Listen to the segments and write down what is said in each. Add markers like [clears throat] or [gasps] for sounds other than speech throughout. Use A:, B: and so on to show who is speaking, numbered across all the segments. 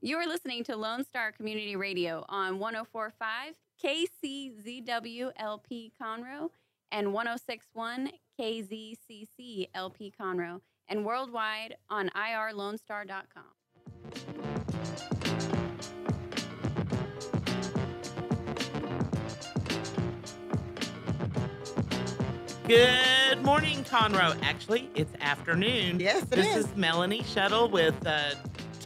A: You're listening to Lone Star Community Radio on 1045 KCZWLP Conroe and 1061 KZCCLP Conroe and worldwide on irlonestar.com.
B: Good morning, Conroe. Actually, it's afternoon.
C: Yes, it
B: this
C: is.
B: is Melanie Shuttle with uh,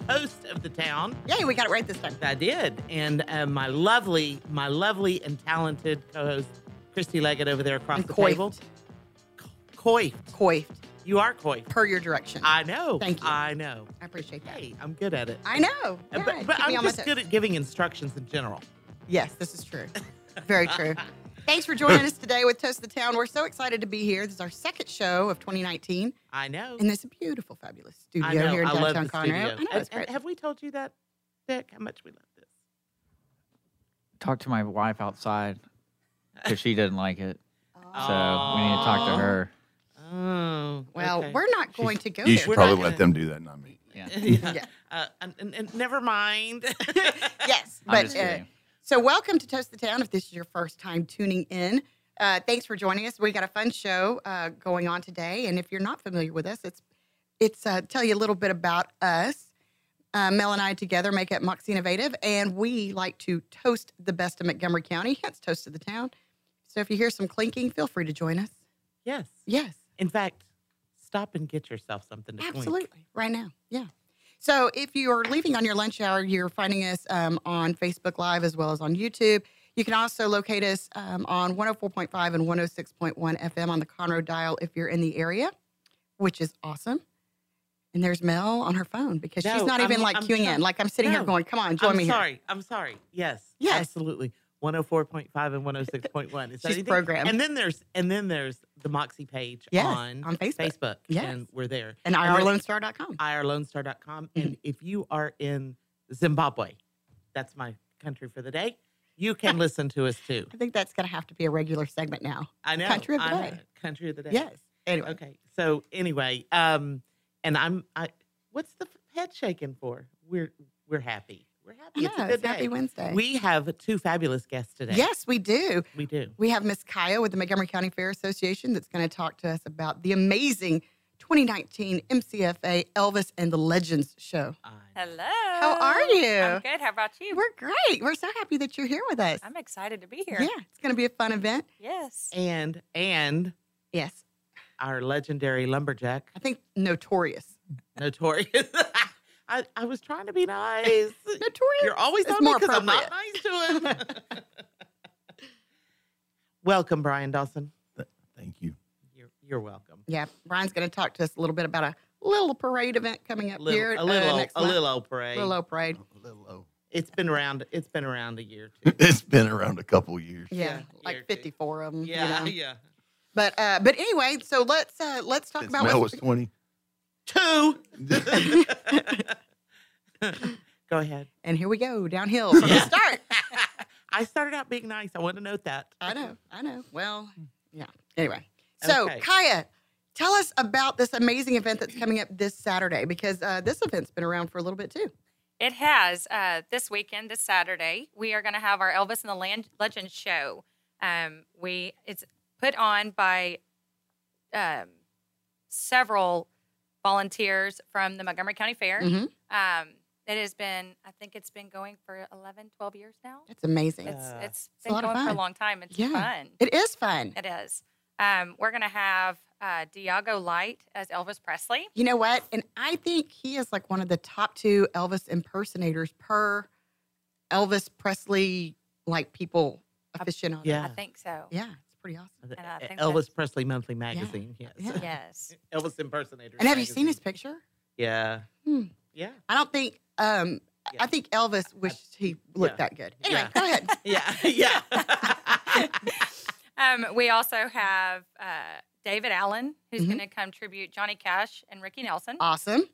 B: Toast of the Town.
C: Yay, we got it right this time.
B: I did, and uh, my lovely, my lovely and talented co-host Christy Leggett over there across
C: And
B: the
C: coiffed.
B: table. Coy,
C: Coiffed
B: you are coy.
C: per your direction. I,
B: I know.
C: Thank you.
B: I know.
C: appreciate that.
B: Hey, I'm good at it.
C: I know.
B: Uh,
C: Yeah,
B: but
C: keep
B: but
C: me
B: I'm
C: on my
B: just
C: toes.
B: good at giving instructions in general.
C: Yes, this is true.
B: [laughs]
C: Very true. Thanks for joining us today with Toast of the Town. We're so excited to be here. This is our second show of 2019
B: I know.
C: in this beautiful, fabulous studio
B: I know.
C: here in
B: I love
C: downtown
B: the
C: Conroe.
B: studio.
C: I know,
B: And-
C: it's
B: and
C: great.
B: have we told you that, Dick? How much we love this?
D: Talked to my wife outside because she didn't like it. So
B: Oh,
D: we need to talk
B: Aw.
D: to her.
B: Oh,
C: well,
B: okay.
C: we're not going to go
E: You
C: there.
E: should
B: We're
E: probably
B: not
E: let them
B: gonna-
E: do that, not me.
D: Yeah.
B: [laughs] yeah.
C: Yeah.
B: Uh, and, and, and never mind.
C: [laughs] yes,
D: I'm
C: but
D: just
C: uh,
D: kidding.
C: So, welcome to Toast the Town. If this is your first time tuning in, uh, thanks for joining us. We got a fun show uh, going on today, and if you're not familiar with us, it's it's uh, tell you a little bit about us. Uh, Mel and I together make up Moxie Innovative, and we like to toast the best of Montgomery County, hence Toast of the Town. So, if you hear some clinking, feel free to join us.
B: yes.
C: Yes.
B: In fact, stop and get yourself something to clink.
C: Absolutely, right now. Yeah. So if you are leaving on your lunch hour, you're finding us um, on Facebook Live as well as on YouTube. You can also locate us um, on 104.5 and 106.1 FM on the Conroe dial if you're in the area, which is awesome. And there's Mel on her phone because she's
B: No,
C: not
B: I'm-
C: even like
B: I'm
C: queuing
B: try-
C: in. Like I'm sitting
B: No.
C: here going, come on, join
B: I'm
C: me
B: sorry. I'm sorry. Yes.
C: Yes.
B: Absolutely. 104.5 and 106.1. Is that
C: She's
B: anything?
C: programmed.
B: And then there's and then there's the Moxie page
C: Yes,
B: on,
C: on Facebook.
B: Facebook.
C: Yes. Mm-hmm.
B: And we're there.
C: here. And
B: Now,
C: irlonestar.com.
B: IRLoneStar.com. And if you are in Zimbabwe, that's my country for the day. You can listen to us too.
C: I think that's going to have to be a regular segment now.
B: I know.
C: Country of the
B: I
C: day.
B: know. Country of the day.
C: Yes. Anyway,
B: Okay. So anyway, um, and I'm I. What's the f- head shaking for? We're we're happy. We're
C: I
B: happy.
C: know,
B: It's a good
C: it's
B: day.
C: Happy Wednesday.
B: We have two fabulous guests today.
C: yes, we do.
B: we do.
C: We have Miss Kaya with the Montgomery County Fair Association that's going to talk to us about the amazing 2019 MCFA Elvis and the Legends show.
B: I-
F: Hello.
C: How are you?
F: I'm good. How about you?
C: We're great. We're so happy that you're here with us.
F: I'm excited to be here.
C: Yeah, it's going to be a fun event.
F: Yes.
B: and and
C: Yes,
B: our legendary
C: [laughs]
B: lumberjack,
C: I think notorious.
B: notorious. [laughs] I, I was trying to be nice.
C: Notorious.
B: You're always
C: It's
B: on me
C: more
B: 'cause I'm not nice to
C: [laughs]
B: him. welcome, Brian Dawson.
E: Thank you.
B: You're you're welcome.
C: yeah, Brian's going to talk to us a little bit about a little parade event coming up
B: Little-
C: here.
B: a little,
C: uh, next
B: a
C: month.
B: little old parade.
C: Little old parade.
E: A little low.
B: It's been around. It's been around a year. Too.
E: [laughs] It's been around a couple years.
C: Yeah,
B: Yeah, here
C: like
B: too.
C: 54 of them.
B: Yeah, yeah.
C: But uh, but anyway, so let's uh, let's talk
E: Since
C: about
E: Mel
C: what's-
E: was 20.
C: [laughs]
B: Two. Go ahead.
C: and here we
B: [laughs]
C: go downhill from the start.
B: I started out being nice. I want to note that.
C: I know, I know. Well, yeah. Anyway, so
B: Mm. Okay.
C: Kaya, tell us about this amazing event that's coming up this Saturday because uh, this event's been around for a little bit too.
F: It has. Uh, this weekend, this Saturday, we are going to have our Elvis and the Land- Legend show. Um, we It's put on by um, several volunteers from the Montgomery County Fair.
C: Mhm.
F: Um, it has been, I think it's been going for 11, 12 years now.
C: That's amazing.
F: It's,
B: Yeah.
F: it's
C: a
F: been
C: lot of
F: going for a
C: fun.
F: long time. It's
C: Yeah.
F: fun.
C: It is fun.
F: It is. Um, we're going to have uh, Diago Light as Elvis Presley.
C: You know what? And I think he is like one of the top two Elvis impersonators per Elvis Presley like people aficionado.
B: Yeah.
F: I think so.
C: yeah, it's pretty awesome.
B: The
F: And I think
B: Uh, Elvis
F: that's-
B: Presley Monthly Magazine. Yes.
F: Yes.
B: [laughs] Elvis impersonator.
C: And have you seen his picture?
B: Yeah.
C: Hmm. [laughs]
B: Yeah.
C: I don't think. Um,
B: Yeah.
C: I think Elvis wished he looked
B: Yeah.
C: that good. Anyway,
B: Yeah. [laughs]
C: go ahead.
B: Yeah. Yeah.
F: Um, we also have uh, David Allen, who's
C: Mhm.
F: going to come tribute Johnny Cash and Ricky Nelson.
C: Awesome.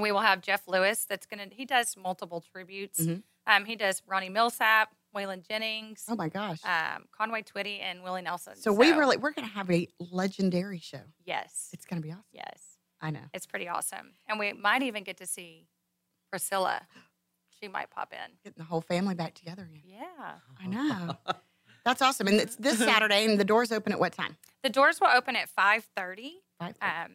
F: we will have Jeff Lewis. That's going to. He does multiple tributes.
C: Mhm.
F: Um, he does Ronnie Millsap, Waylon Jennings,
C: Oh my gosh.
F: um, Conway Twitty, and Willie Nelson.
C: So we really we're gonna have a legendary show.
F: Yes.
C: It's gonna be awesome.
F: Yes.
C: I know.
F: It's pretty awesome, and we might even get to see Priscilla she might pop in.
C: Getting the whole family back together again.
F: Yeah.
C: I know. [laughs] That's awesome. And it's
F: [laughs]
C: this Saturday, and the doors open at what time?
F: The doors will open at 5:30.
C: Five thirty.
F: Um,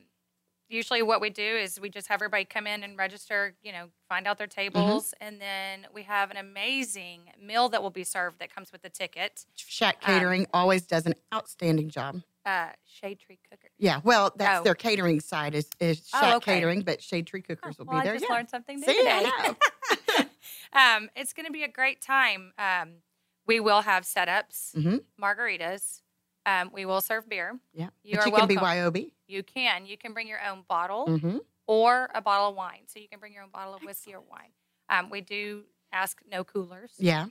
F: usually, what we do is we just have everybody come in and register. You know, find out their
C: Mm-hmm.
F: tables, and then we have an amazing meal that will be served that comes with the ticket.
C: Shack Catering always does an outstanding job.
F: Uh, Shade Tree Cooker.
C: Yeah, well, that's
F: Oh.
C: their catering side is, is
F: Oh,
C: Shack
F: okay.
C: Catering, but Shade Tree
F: Huh,
C: Cookers will
F: well,
C: be there.
F: I just
C: yeah.
F: learned something new
C: See, I
F: today. [laughs]
C: know.
F: um, it's going to be a great time. Um, we will have setups,
C: Mhm.
F: margaritas. Um, we will serve beer.
C: Yeah.
F: You
C: but
F: are
C: you can be
F: welcome.
C: YOB.
F: You can. You can bring your own bottle
C: Mm-hmm.
F: or a bottle of wine. So you can bring your own bottle of whiskey or wine. Um, we do ask no coolers.
C: Yeah.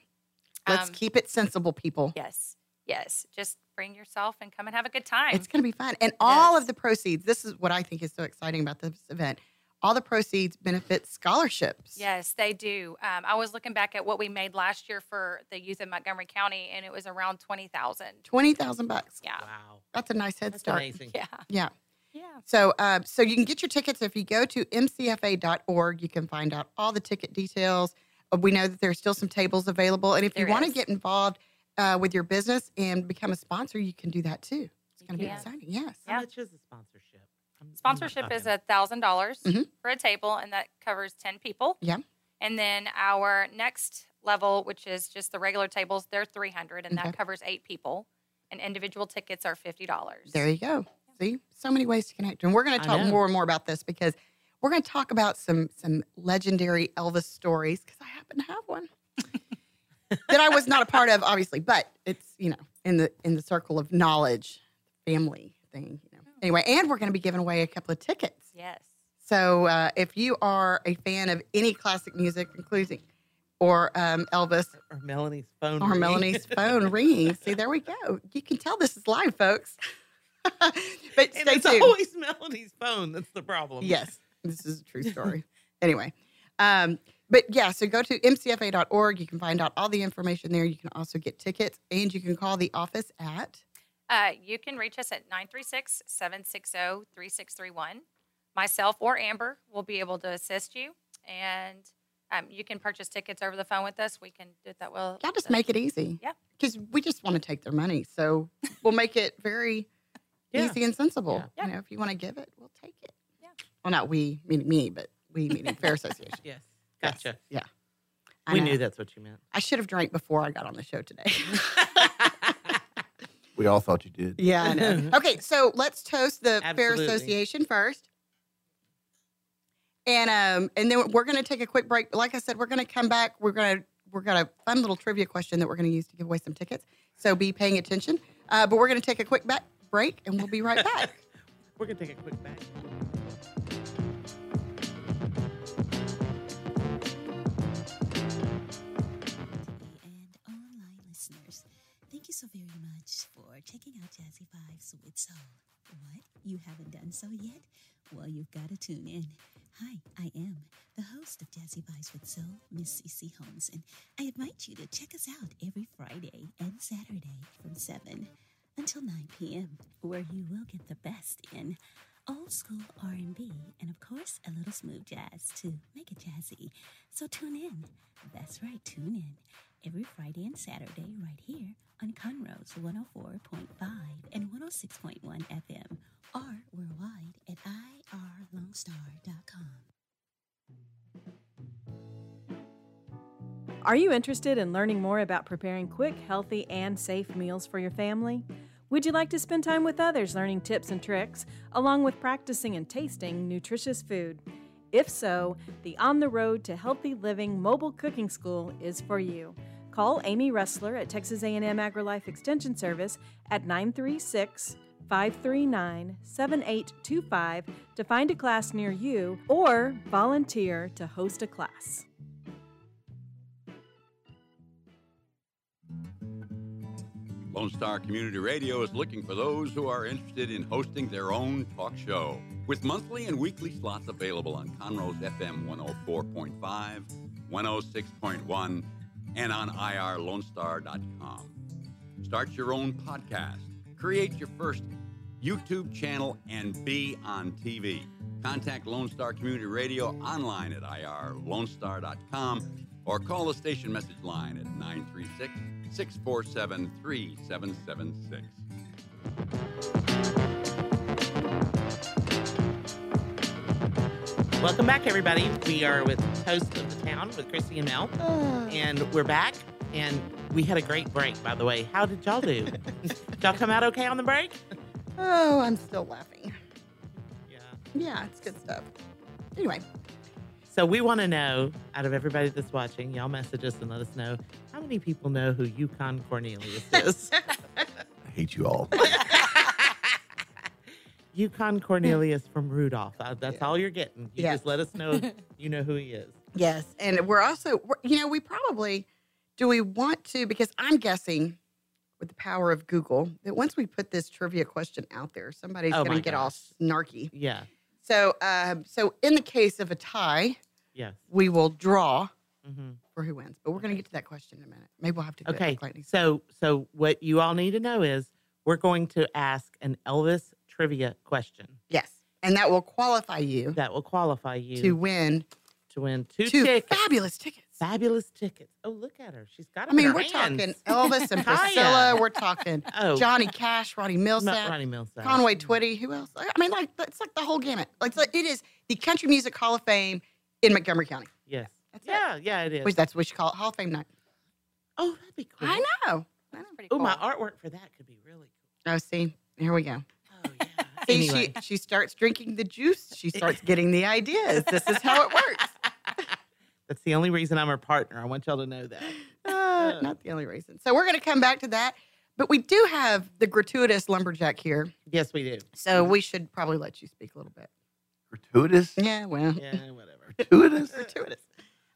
C: Let's
F: Um,
C: keep it sensible, people.
F: Yes. Yes. Just bring yourself and come and have a good time.
C: It's going to be fun. And all
F: Yes.
C: of the proceeds, this is what I think is so exciting about this event. All the proceeds benefit scholarships.
F: Yes, they do. Um, I was looking back at what we made last year for the youth in Montgomery County, and it was around twenty thousand.
C: 20,000 bucks.
F: Yeah,
B: Wow.
C: That's a nice head
B: That's
C: start.
B: amazing.
F: yeah,
C: Yeah.
F: yeah.
C: So, uh, so you can get your tickets if you go to mcfa.org. You can find out all the ticket details. Uh, We know that there's still some tables available, and if
F: There
C: you want to
F: is.
C: get involved uh, with your business and become a sponsor, you can do that too. It's
F: You
C: going to be
F: can.
C: exciting. Yes.
B: How
F: Yeah.
B: much is the sponsorship? I'm- I'm not
F: Sponsorship is
B: talking-
F: a thousand dollars
C: Mhm.
F: for a table, and that covers ten people.
C: Yeah.
F: And then our next level, which is just the regular tables, they're three hundred, and
C: Okay.
F: that covers eight people. And individual tickets are fifty dollars.
C: There you go. See, so many ways to connect, and we're going
B: I
C: to talk
B: know.
C: more and more about this because we're going to talk about some some legendary Elvis stories because I happen to have
B: [laughs]
C: one that I was not a part of, obviously, but it's you know in the in the circle of knowledge, family thing. You
B: Oh.
C: know. Anyway, and we're going to be giving away a couple of tickets.
F: Yes.
C: So uh, if you are a fan of any classic music, including or um, Elvis
B: Or Melanie's phone.
C: or
B: ringing. [laughs]
C: Melanie's phone ringing. See, there we go. You can tell this is live, folks. [laughs] but
B: And
C: stay
B: it's
C: tuned.
B: always [laughs] Melanie's phone. That's the problem.
C: yes, this is a true story. anyway, um, but yeah, so go to mcfa.org. You can find out all the information there. You can also get tickets and you can call the office at.
F: Uh, you can reach us at 936 760 3631. Myself or Amber will be able to assist you. And um, you can purchase tickets over the phone with us. We can do that well.
C: Y'all just make it easy.
F: Yeah.
C: Because we just want to take their money. So we'll make it very
B: Yeah.
C: easy and sensible.
F: Yeah.
C: You know, if you want to give it, we'll take it.
F: Yeah.
C: Well, not we, meaning me, but we, meaning Fair Association.
B: Yes.
C: Yes.
B: Gotcha.
C: I
B: We
C: know.
B: knew that's what [laughs] you meant.
C: I should have drank before I got on the show today.
E: [laughs]
C: [laughs]
E: We all thought you did.
C: yeah, I know. [laughs] Okay, so let's toast the Fair
B: Absolutely.
C: Association first. And um and then we're going to take a quick break. Like I said, we're going to come back. We're going to we're got a fun little trivia question that we're going to use to give away some tickets. So be paying attention. Uh, but we're going to take a quick back break and we'll be right [laughs] back.
B: We're going to take a quick back.
G: and online listeners. Thank you so very much for checking out Jazzy Vibes with Soul. What? You haven't done so yet? Well, you've got to tune in. Hi, I am the host of Jazzy Vibes with Soul, Miss Cece Holmes, and I invite you to check us out every Friday and Saturday from 7 until 9 p.m., where you will get the best in old school R&B and of course a little smooth jazz to make it jazzy. So tune in. That's right, tune in every Friday and Saturday right here on Conroe's 104.5 and 106.1 FM or worldwide at irlongstar.com.
H: Are you interested in learning more about preparing quick, healthy, and safe meals for your family? Would you like to spend time with others learning tips and tricks, along with practicing and tasting nutritious food? If so, the On the Road to Healthy Living Mobile Cooking School is for you. Call Amy Ressler at Texas A&M AgriLife Extension Service at 936 539 7825 to find a class near you or volunteer to host a class.
I: Lone Star Community Radio is looking for those who are interested in hosting their own talk show. With monthly and weekly slots available on Conroe's FM 104.5, 106.1, and on irlonestar.com. Start your own podcast, create your first YouTube channel, and be on TV. Contact Lone Star Community Radio online at irlonestar.com or call the station message line at 936 647 3776.
B: Welcome back, everybody. We are with host of the town with Christy and Mel, and we're back. And we had a great break, by the way. How did y'all [laughs] do? did y'all come out okay on the break?
C: Oh, I'm still laughing.
B: Yeah.
C: Yeah, it's good stuff. Anyway,
B: So we want to know, out of everybody that's watching, y'all message us and let us know how many people know who Yukon Cornelius is.
C: [laughs]
E: I hate you all.
B: Yukon Cornelius from Rudolph. Uh, That's all you're getting. You
C: Yeah.
B: just let us
C: [laughs]
B: know you know who he is.
C: yes, and we're also, we're, you know, we probably do we want to because I'm guessing with the power of Google that once we put this trivia question out there, somebody's
B: Oh
C: going
B: my
C: to get all
B: gosh.
C: snarky.
B: Yeah.
C: So, um, so in the case of a tie,
B: Yes.
C: we will draw
B: hmm
C: for who wins. But we're going to get to that question in a minute. Maybe we'll have to do
B: Okay.
C: it lightning.
B: So, so what you all need to know is we're going to ask an Elvis trivia question
C: Yes, and that will qualify you
B: that will qualify you
C: to win
B: to win two,
C: two
B: tickets,
C: fabulous tickets.
B: fabulous tickets. Oh, look at her. She's got. them
C: I
B: in
C: mean,
B: her
C: we're
B: hands.
C: talking Elvis and
B: [laughs] Hiya.
C: Priscilla. We're talking
B: Oh,
C: Johnny Cash, Roddy
B: not
C: Millsap,
B: Oh, Ronnie Millsap.
C: Conway Twitty. Who else? I mean, like it's like the whole gamut. Like so it is the Country Music Hall of Fame in Montgomery County.
B: Yes.
C: That's it.
B: yeah, yeah, it is.
C: Which that's what you call it, Hall of Fame night.
B: oh, that'd be cool.
C: I know.
F: That's pretty
B: Oh,
F: cool.
B: my artwork for that could be really
C: Oh, see, here we go.
B: cool. Oh yeah.
C: [laughs] See,
B: anyway,
C: she she starts drinking the juice. She starts getting the ideas. This is how
B: [laughs]
C: it works.
B: that's the only reason I'm her partner. I want y'all to know
C: [gasps]
B: that.
C: Uh, not the only reason. So we're going to come back to that. But we do have the gratuitous lumberjack here.
B: Yes, we do.
C: So
B: Mm-hmm.
C: we should probably let you speak a little bit.
E: Gratuitous?
C: Yeah, well, [laughs]
B: Yeah, whatever. [laughs]
E: Gratuitous?
C: gratuitous.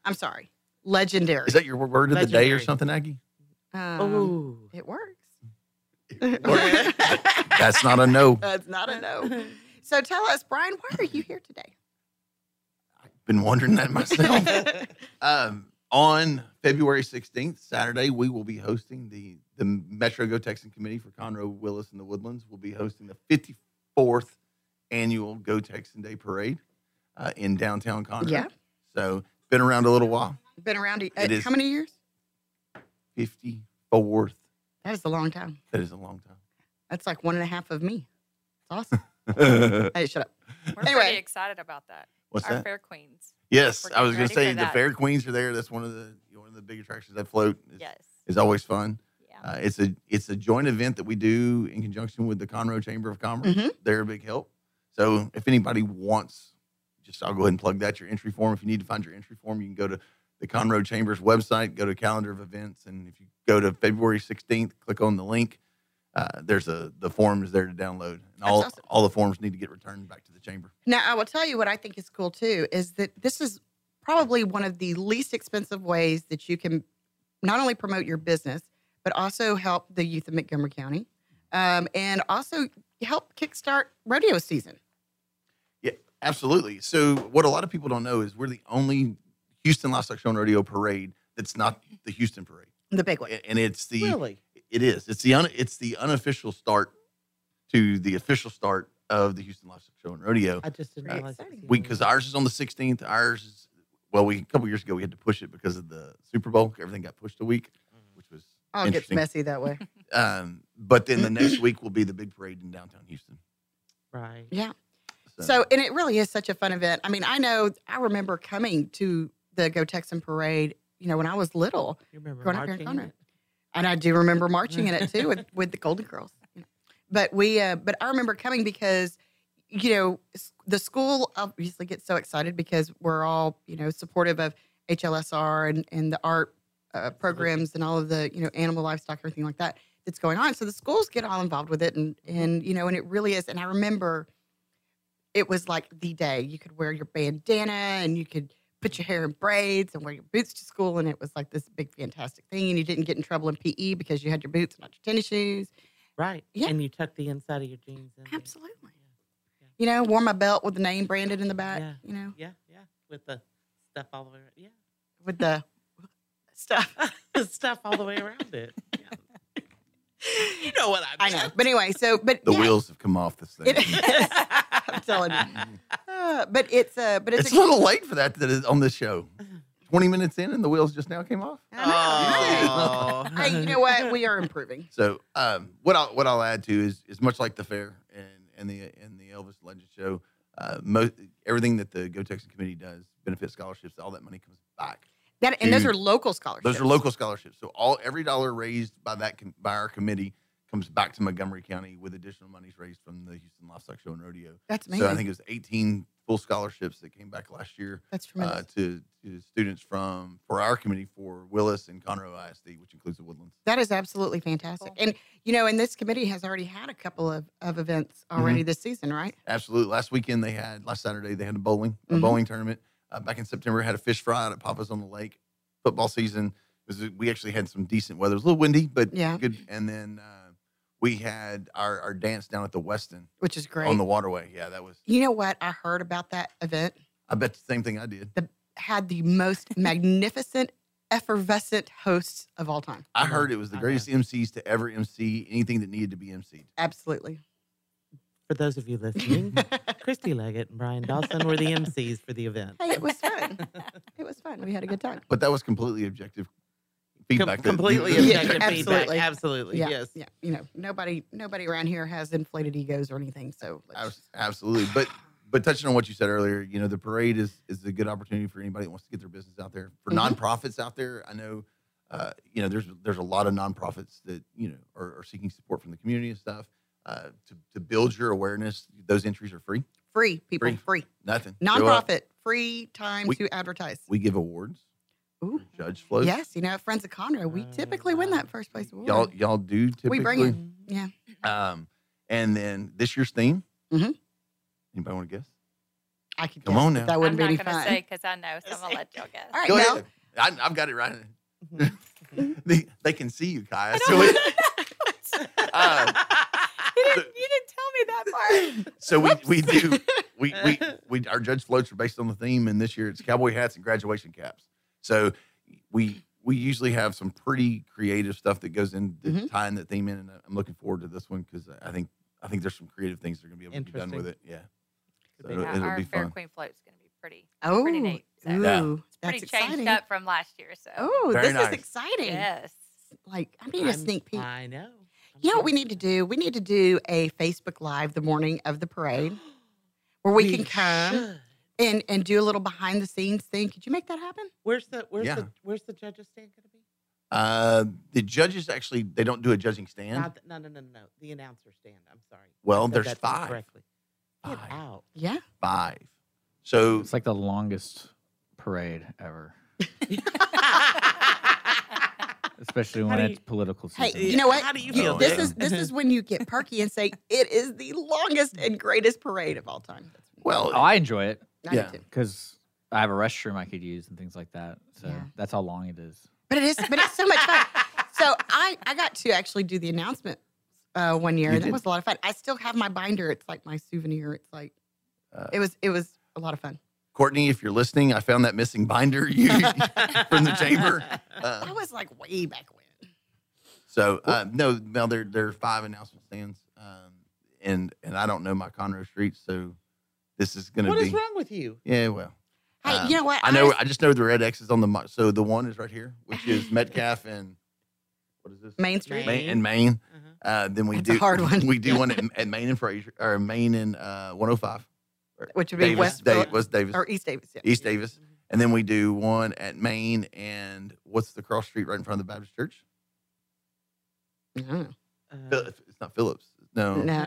C: I'm sorry. Legendary.
E: Is that your word of the day or
B: Legendary.
E: something, Aggie?
C: Um,
B: Oh,
C: It works. [laughs]
E: Or- That's not a no.
C: That's not a [laughs] no. So tell us, Brian, why are you here [laughs] today?
E: Been wondering that myself.
C: [laughs]
E: um, on February 16th, Saturday, we will be hosting the the Metro Go Texan Committee for Conroe, Willis, and the Woodlands. We'll be hosting the 54th annual Go Texan Day Parade uh, in downtown Conroe.
C: Yeah.
E: So been around a little while.
C: Been around uh,
E: It is-
C: how many years?
E: 54th.
C: That is a long time.
E: That is a long time.
C: That's like one and a half of me. It's
E: [laughs]
C: awesome. hey, shut up.
F: We're
C: Anyway.
F: pretty excited about that.
E: What's
F: Our
E: that?
F: fair queens.
E: yes,
F: we're
E: I was
F: getting
E: going to say
F: ready for
E: the
F: that.
E: Fair Queens are there. That's one of the one of the big attractions that float. It's,
F: Yes.
E: it's always fun.
F: Yeah.
E: Uh, it's a it's a joint event that we do in conjunction with the Conroe Chamber of Commerce.
C: Mhm.
E: They're a big help. So if anybody wants, just I'll go ahead and plug that your entry form. If you need to find your entry form, you can go to the Conroe Chamber's website, go to calendar of events, and if you go to February 16th, click on the link. Uh, there's a the form is there to download, and all
C: awesome.
E: all the forms need to get returned back to the chamber.
C: Now, I will tell you what I think is cool too is that this is probably one of the least expensive ways that you can not only promote your business, but also help the youth of Montgomery County um, and also help kickstart rodeo season.
E: Absolutely. So what a lot of people don't know is we're the only Houston Livestock Show and Rodeo Parade that's not the Houston Parade,
C: The big one.
E: A- and it's the
B: really?
E: It is. It's the un, it's the unofficial start to the official start of the Houston Livestock Show and Rodeo.
B: I just didn't
C: Pretty
B: realize.
C: exciting.
E: We because ours is on the 16th. Ours is well, we a couple years ago we had to push it because of the Super Bowl. Everything got pushed a week, which was
C: Oh, it gets
E: interesting.
C: messy that way.
E: Um, but then the
C: [clears throat]
E: next week will be the big parade in downtown Houston.
B: right.
C: Yeah. So. and it really is such a fun event. I mean, I know I remember coming to the Go Texan Parade, you know, when I was little,
B: You remember
C: growing up here in
B: marching in
C: Conroe.
B: it?
C: and I do remember marching in it too with, with the Golden Girls. But we, uh, but I remember coming because, you know, s- the school obviously gets so excited because we're all, you know, supportive of HLSR and and the art uh, programs and all of the, you know, animal livestock everything like that that's going on. So the schools get all involved with it, and and you know, and it really is. And I remember, it was like the day you could wear your bandana and you could put your hair in braids and wear your boots to school, and it was like this big fantastic thing. And you didn't get in trouble in PE because you had your boots, not your tennis shoes.
B: Right.
C: Yeah.
B: And you tuck the inside of your jeans in. there.
C: Absolutely.
B: Yeah.
C: You know, wore my belt with the name branded in the back.
B: Yeah.
C: You know,
B: Yeah, yeah. With the stuff all the way around. Yeah.
C: with the stuff.
B: [laughs] The stuff all the way around it. Yeah.
C: [laughs]
B: You know what I
C: I
B: mean.
C: know, but anyway, so but
E: the
C: yeah,
E: wheels have come off this thing.
C: [laughs]
E: [laughs]
C: It-
B: [laughs]
C: I'm telling you. Uh, but it's uh, but it's, Uh-huh.
E: it's a little late for that. That is on this show. 20 minutes in and the wheels just now came off.
C: I
E: Oh.
C: know. Hey, you
B: [laughs]
C: know what? We are improving.
E: So um, what I'll what I'll add to is is much like the fair and and the and the Elvis Legend Show, uh, mo- everything that the Go Texas Committee does, benefit scholarships, all that money comes back.
C: That and those
E: Dude,
C: are local scholarships.
E: Those are local scholarships. So all every dollar raised by that com- by our committee comes back to Montgomery County with additional monies raised from the Houston Livestock Show and Rodeo.
C: That's amazing.
E: So I think it was 18 full scholarships that came back last year
C: that's
E: uh,
C: tremendous.
E: to, to students from for our committee for Willis and Conroe ISD, which includes the Woodlands.
C: that is absolutely fantastic. And you know, and this committee has already had a couple of, of events
E: Mm-hmm.
C: already this season, right?
E: Absolutely. Last weekend they had last Saturday they had a bowling a
B: Mm-hmm.
C: Mhm.
E: bowling tournament. Uh, back in September had a fish fry out at Papa's on the Lake. Football season was we actually had some decent weather. It was a little windy, but
C: Yeah.
E: good. And then uh, we had our, our dance down at the Weston
C: Which is great.
E: on the waterway. Yeah, that was.
C: you know what? I heard about that event.
E: I bet the same thing I did.
C: Had the most magnificent, effervescent hosts of all time.
E: I heard it was the
B: Mm-hmm. I know.
E: greatest MCs to ever MC anything that needed to be MC'd.
C: Absolutely.
B: For those of you listening,
E: Mm-hmm.
B: Christy Leggett and Brian Dawson were the MCs for the event.
C: [laughs] Hey, it was fun. it was fun. We had a good time.
E: But that was completely objective
B: Com-
E: feedback. that- [laughs]
B: completely
E: that-
C: Yeah,
B: objective feedback.
C: absolutely.
B: Absolutely.
C: Yeah,
B: Yes.
C: Yeah. You know, nobody nobody around here has inflated egos or anything. So let's
E: Abs- Absolutely. But but touching on what you said earlier, you know, the parade is is a good opportunity for anybody that wants to get their business out there. For
C: Mhm.
E: nonprofits out there, I know uh, you know, there's there's a lot of nonprofits that, you know, are, are seeking support from the community and stuff. Uh, to, to build your awareness, those entries are free.
C: free people,
E: Free.
C: free.
E: Nothing. Show up.
C: Nonprofit, free time
E: We-
C: to advertise.
E: We give awards.
C: Ooh.
E: Judge floats.
C: Yes, you know, at Friends of Conroe, we
B: Oh,
C: typically win
B: wow.
C: that first place award.
E: Y'all y'all do typically.
C: We bring it. Yeah.
E: Um, and then this year's theme.
C: Mhm.
E: Anybody want to guess?
C: I could
E: Come
C: guess,
E: on
C: but
E: now.
C: That
F: I'm
C: wouldn't
F: not
C: be any
F: gonna
C: fun.
F: say because I know, so I'm gonna let y'all
C: [laughs]
F: guess.
C: All right,
E: Go
C: now,
E: ahead. I, I've got it right.
F: Mm-hmm.
E: [laughs] they, they can see you, Kaya. so it-
F: [laughs]
E: um,
F: You didn't, you didn't tell me that part.
E: [laughs] So we, we do
F: [laughs]
E: we, we we our judge floats are based on the theme, and this year it's cowboy hats and graduation caps. So we we usually have some pretty creative stuff that goes into
F: Mm-hmm.
C: Mhm.
E: tying that theme in, and I'm looking forward to this one because I think I think there's some creative things that are going to be able to be done with it. Yeah, so it'll,
F: Yeah,
E: it'll
F: our
E: be
F: Fair
E: fun.
F: Queen float's gonna be pretty,
C: oh,
F: pretty neat. So.
E: Yeah.
C: ooh, that's
F: pretty
C: exciting.
F: changed up from last year. So
C: Oh,
E: Very
C: this
E: nice.
C: is exciting.
F: yes,
C: Like, I need a
B: I'm-
C: sneak peek.
B: I know.
C: You know what we need to do? We need to do a Facebook Live the morning of the parade
B: [gasps]
C: where we, can come
B: should.
C: and, and do a little behind the scenes thing. Could you make that happen?
B: Where's the where's
E: Yeah.
B: the where's the judges stand going to be?
E: Uh, the judges actually they don't do a judging stand.
B: Not the, no, no, no, no, no. The announcer stand. I'm sorry.
E: Well,
B: I said
E: Oh, there's
B: that
E: five.
B: incorrectly. Get
E: Five.
B: out. [laughs]
C: Yeah.
E: Five. So
D: It's like the longest parade ever, especially
B: How
D: when
B: do
D: it's
B: you-
D: political
C: Hey,
D: season.
C: you know what?
B: How do you
E: You-
B: feel?
E: Oh,
C: this
E: yeah.
C: is this [laughs] is when you get perky and say it is the longest and greatest parade of all time. That's
E: well,
D: oh, I enjoy it
C: I do
E: Yeah.
C: too.
D: because I have a restroom I could use and things like that. So
C: Yeah.
D: that's how long it is.
C: But it is but it's so much fun. So I I got to actually do the announcement uh, one year
E: You
C: and that
E: did.
C: was a lot of fun. I still have my binder. It's like my souvenir. It's like
E: Uh,
C: it was it was a lot of fun.
E: Courtney, if you're listening, I found that missing binder
C: [laughs]
E: you uh, from the
B: [laughs]
E: chamber. Uh,
C: That was like way back when.
E: So uh, no, Mel, there there are five announcement stands, um, and and I don't know my Conroe streets, so this is going to
B: What
E: be
B: is wrong with you?
E: yeah. Well,
C: Hey,
E: um,
C: you know what?
E: I know I just know the red X is on the mo- so the one is right here, which
C: [laughs]
E: is Metcalf and what is this
C: Main Street.
E: Main, and Maine.
B: Uh-huh.
E: Uh, then we
C: That's a
E: do
C: hard
E: [laughs]
C: one.
E: We do one at, at Maine and Fraser or Maine and uh, 105.
C: which would be
E: Davis,
C: West
E: Da-
C: Philip-
E: West Davis,
C: or East Davis. Yeah.
E: East Davis, and then we do one at Maine and what's the cross street right in front of the Baptist Church?
C: Mhm.
E: Phil
B: Uh,
E: it's not Phillips. No.
C: No.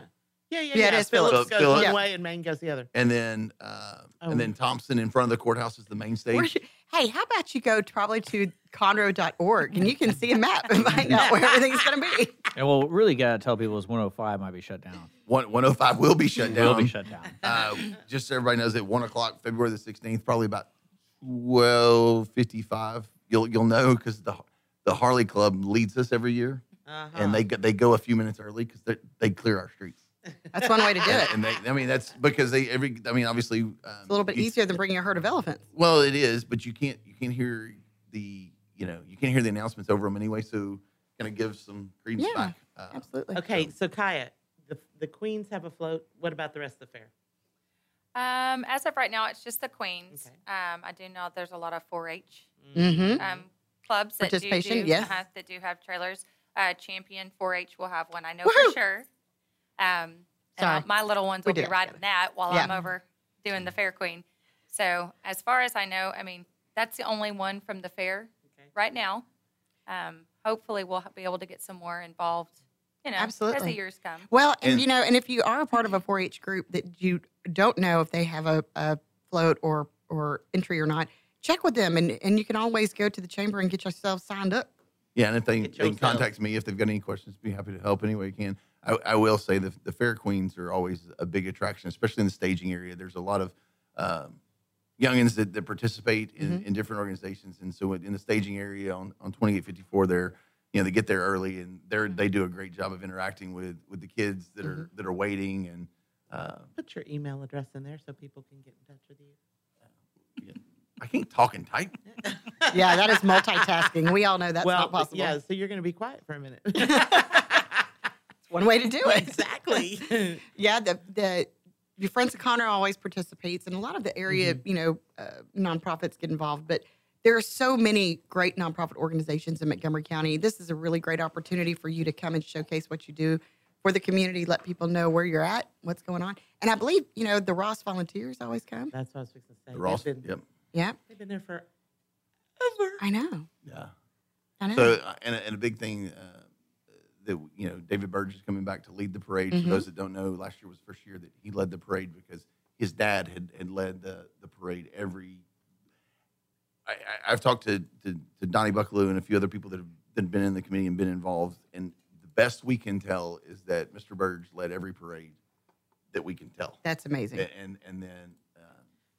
B: Yeah, yeah, yeah.
C: Yeah, it is
B: Phillips,
E: Phillips.
B: goes
E: Phillips.
B: one
C: Yeah.
B: way and Maine goes the other.
E: and then uh,
B: Oh.
E: and then Thompson in front of the courthouse is the main
C: Where
E: stage.
C: should- hey, how about you go to, probably to conroe.org and you can see a map
E: [laughs]
C: and find out where everything's going to be.
D: And well, really got to tell people is 105 might be shut down.
E: One, 105 will be shut down.
D: Will be shut down.
E: Uh, just so everybody knows, at one o'clock, February the 16th, probably about 12:55, you'll you'll know because the the Harley Club leads us every year,
B: Uh-huh.
E: and they go- they go a few minutes early because they they clear our streets.
C: That's one way to do
E: And-
C: it. It's
E: And they, I mean, that's because they every. I mean, obviously, um,
C: a little bit easier than bringing a herd of elephants.
E: Well, it is, but you can't you can't hear the you know you can't hear the announcements over them anyway. So, kind of give some credence
C: Yeah,
E: back. Uh,
B: Uh-huh.
C: Absolutely.
B: Okay, so Kaya, the the queens have a float. What about the rest of the fair?
F: Um, as of right now, it's just the queens.
B: Okay.
F: Um, I do know there's a lot of 4-H
C: Mm-hmm.
F: um, clubs that do,
C: Participation,
F: do
C: yes.
F: uh-huh, that do have trailers. Uh, Champion 4-H will have one. I know
C: Woohoo!
F: for sure. Um, and
C: Sorry.
F: I- my little ones
C: We
F: will
C: do
F: be
C: that
F: riding that while
C: Yeah.
F: I'm over doing
E: Mm-hmm.
F: the fair queen. So as far as I know, I mean that's the only one from the fair
B: Okay.
F: right now. Um, hopefully, we'll be able to get some more involved. You know, as the
C: Absolutely.
F: years come.
C: Well, and,
E: And-
C: you know, and if you are a part of a 4-H group that you don't know if they have a, a float or or entry or not, check with them, and and you can always go to the chamber and get yourself signed up.
E: Yeah, and if they,
B: Get
E: they can
B: yourself.
E: contact me if they've got any questions, be happy to help any way you can. I, I will say the the fair queens are always a big attraction, especially in the staging area. There's a lot of um, youngins that, that participate in, in different organizations, and so in the staging area on on 2854, they're you know they get there early and they're they do a great job of interacting with with the kids that are that are waiting and. Uh,
B: Put your email address in there so people can get in touch with you.
E: I can't talk and type.
C: Yeah, that is multitasking. We all know that's
B: well,
C: not possible.
B: yeah, so you're going to be quiet for a minute. [laughs]
C: It's one way to do it.
B: exactly.
C: yeah, the the your friends of Connor always participates, and a lot of the area, you know, uh, nonprofits get involved. But there are so many great nonprofit organizations in Montgomery County. This is a really great opportunity for you to come and showcase what you do for the community, let people know where you're at, what's going on. And I believe you know the Ross volunteers always come.
B: [laughs] That's what I was fixing to say.
E: The Ross,
B: They've been,
E: yep,
C: Yeah,
B: they've been there forever.
C: I know,
E: yeah.
C: I know.
E: So, uh, and, a- and a big thing uh, that you know, David Burge is coming back to lead the parade.
C: Mm-hmm.
E: For those that don't know, last year was the first year that he led the parade because his dad had, had led the, the parade every. I, I, I've talked to, to to Donnie Buckaloo and a few other people that have that have been in the committee and been involved, and the best we can tell is that Mr. Burge led every parade that we can tell,
C: that's amazing.
E: and and, and then. Uh,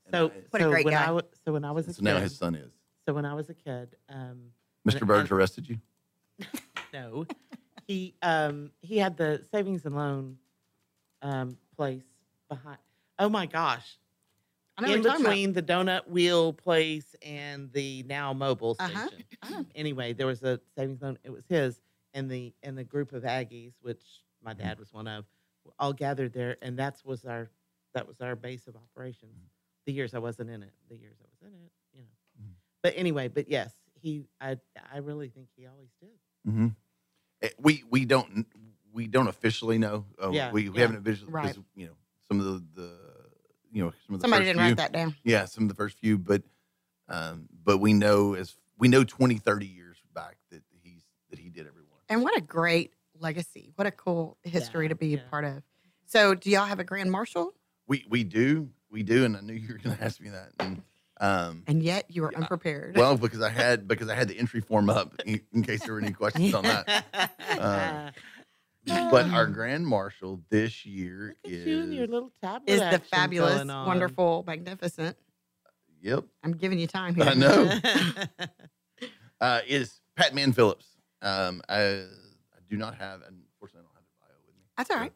E: and
B: So,
E: I-
C: What a
B: so
C: great
B: when
C: guy.
B: I wa- so when I was a
E: so now
B: kid,
E: his son is
B: so when I was a kid, um,
E: Mr.
B: And-
E: Burge
B: and-
E: arrested you.
B: no, he um, he had the savings and loan um, place behind. Oh my gosh!
C: I know
B: in
C: what you're talking about.
B: between the donut wheel place and the now mobile station.
C: Uh-huh. Oh.
B: Anyway, there was a savings loan. It was his and the and the group of Aggies, which my dad was one of, all gathered there, and that's was our that was our base of operations. The years I wasn't in it, the years I was in it, you know.
E: Mhm.
B: But anyway, but yes, he I I really think he always did.
E: hmm We we don't we don't officially know. Uh,
B: Yeah,
E: we, we
B: yeah.
E: haven't officially
C: Right.
E: because you know some of the, the you know some of the
C: Somebody
E: first
C: didn't
E: few,
C: write that down.
E: Yeah, some of the first few, but um, but we know as we know 20, 30 years back that he's that he did everyone.
C: And what a great legacy. What a cool history
B: Yeah,
C: to be
B: yeah.
C: a part of. So, do y'all have a grand marshal?
E: We we do we do, and I knew [laughs] you were going to ask me that. And, um,
C: And yet you were
E: Yeah.
C: unprepared.
E: well, because I had because I had the entry form up in, in case there were any questions on that. Uh, But our grand marshal this year
B: [laughs] Look at
E: is
B: you and your little tablet.
C: is the
B: action
C: fabulous,
B: going
E: [laughs]
B: on.
C: wonderful, magnificent.
E: yep
C: I'm giving you time here.
E: I know.
B: [laughs]
E: No. uh, is Pat Man Phillips. Um, I, I do not have, unfortunately, I don't have the bio with me.
C: That's all right.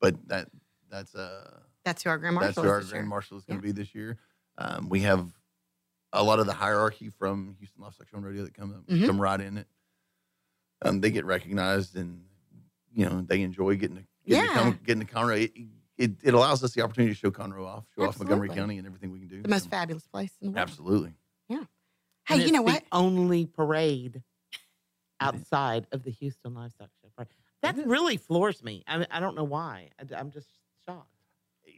E: But that that's uh,
C: That's who our grand
E: that's
C: marshal
E: who our
C: is. this
E: grand
C: year.
E: marshal is going to be this year. Um, we have a lot of the hierarchy from Houston Live Section Radio that come up,
C: Mhm.
E: come right in it. Um, they get recognized and you know they enjoy getting to, getting, to
C: Yeah.
E: Con- getting to Conroe. It, it, it allows us the opportunity to show Conroe off, show off Montgomery
C: Absolutely.
E: County and everything we can do.
C: the most
E: So,
C: fabulous place in the world.
E: Absolutely.
C: Hey,
B: And
C: you
B: it's
C: know what?
B: The only parade outside of the Houston Livestock Show. Parade. That really floors me. I, mean, I don't know why. I, am just shocked.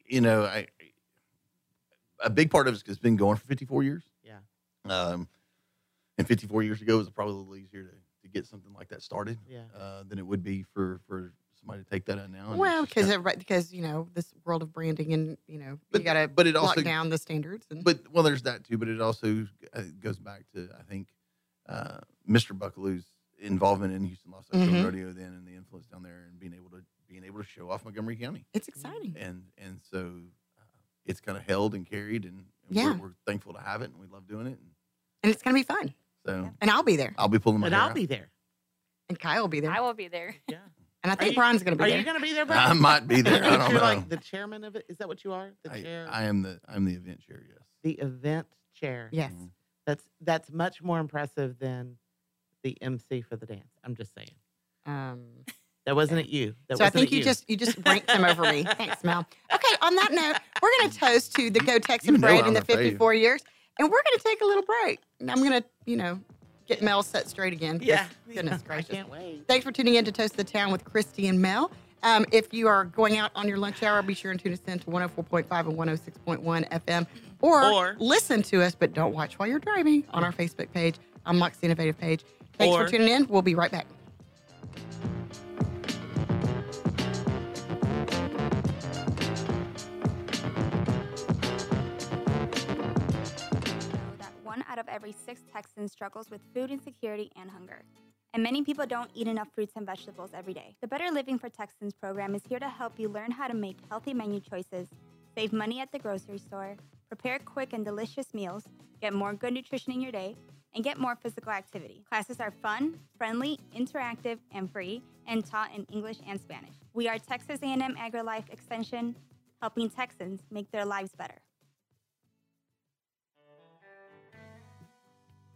E: you know, I a big part of it has been going for 54 years.
B: Yeah.
E: Um, and 54 years ago it was probably a little easier to, to get something like that started
B: Yeah.
E: uh, than it would be for for somebody to take that out now. and it's
C: Well,
E: just kinda-
C: because because you know this world of branding and you know
E: But-
C: you got to
E: but it
C: lock
E: also-
C: down the standards. And,
E: but well, there's that too. But it also uh, goes back to I think uh, Mr. Buckaloo's involvement in Houston Lost
C: Mhm.
E: Rodeo then and the influence down there and being able to being able to show off Montgomery County.
C: it's exciting.
E: and and so uh, it's kind of held and carried, and, and
C: Yeah.
E: we're, we're thankful to have it, and we love doing it. And
C: And it's going to be fun.
E: so
C: And I'll be there.
E: I'll be pulling my.
B: But
E: hair
B: I'll
E: out.
B: be there.
C: And Kyle will be there.
F: I will be there.
B: Yeah.
C: and I think
B: you-
C: Brian's going to
B: [laughs] Are
C: be
B: you
C: there.
B: going to be there,
E: [laughs]
B: Brian?
E: I might be
B: [laughs]
E: there. I
B: think
E: don't
B: you're
E: know.
B: like the chairman of it. Is that what you are? The
E: I,
B: chair?
E: I am the I'm the event chair. Yes.
B: the event chair.
C: Yes.
E: Mhm.
B: That's that's much more impressive than the MC for the dance. I'm just saying.
C: Um,
B: That wasn't at you. That
C: so I
B: wasn't
C: think
B: at
C: you, just
B: [laughs]
C: you just ranked them over me. Thanks, Mel. Okay, on that note, we're gonna toast to the Go
E: You
C: Texan
E: know
C: Brave
E: I'm
C: in the
E: a favorite.
C: 54 years, and we're gonna take a little break. And I'm gonna, you know, get Mel set straight again. 'cause
B: Yeah.
C: Goodness
B: [laughs] I
C: gracious.
B: can't wait.
C: Thanks for tuning in to Toast the Town with Christy and Mel. Um, if you are going out on your lunch hour, be sure and tune us in to 104.5 and 106.1 FM or,
J: Or-
C: listen to us, but don't watch while you're driving on our Facebook page, on Moxie Innovative page. Thanks
J: Or-
C: for tuning in. We'll be right back.
K: know that one out of every six Texans struggles with food insecurity and hunger. And many people don't eat enough fruits and vegetables every day. The Better Living for Texans program is here to help you learn how to make healthy menu choices, save money at the grocery store, prepare quick and delicious meals, get more good nutrition in your day, and get more physical activity. Classes are fun, friendly, interactive, and free, and taught in English and Spanish. We are Texas A&M AgriLife Extension, helping Texans make their lives better.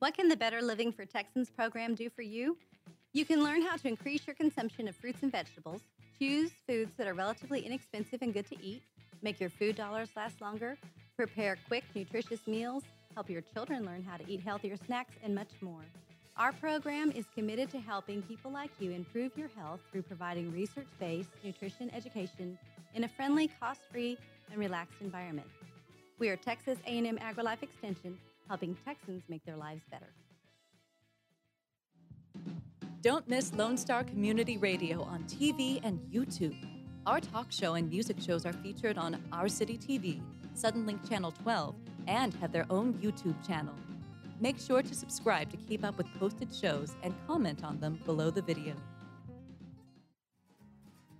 L: What can the Better Living for Texans program do for you? You can learn how to increase your consumption of fruits and vegetables, choose foods that are relatively inexpensive and good to eat, make your food dollars last longer, prepare quick, nutritious meals, help your children learn how to eat healthier snacks, and much more. Our program is committed to helping people like you improve your health through providing research based nutrition education in a friendly, cost free, and relaxed environment. We are Texas A&M AgriLife Extension, helping Texans make their lives better.
M: Don't miss Lone Star Community Radio on TV and YouTube. Our talk show and music shows are featured on Our City TV, Suddenlink Channel 12, and have their own YouTube channel. Make sure to subscribe to keep up with posted shows and comment on them below the video.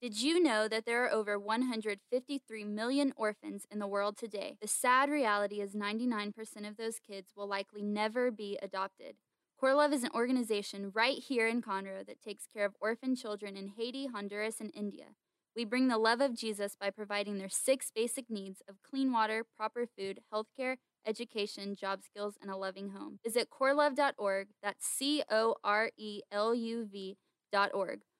N: Did you know that there are over 153 million orphans in the world today? The sad reality is 99% of those kids will likely never be adopted. Core Love is an organization right here in Conroe that takes care of orphan children in Haiti, Honduras, and India. We bring the love of Jesus by providing their six basic needs of clean water, proper food, healthcare, education, job skills, and a loving home. Visit corelove.org. That's C O R E L U V dot org.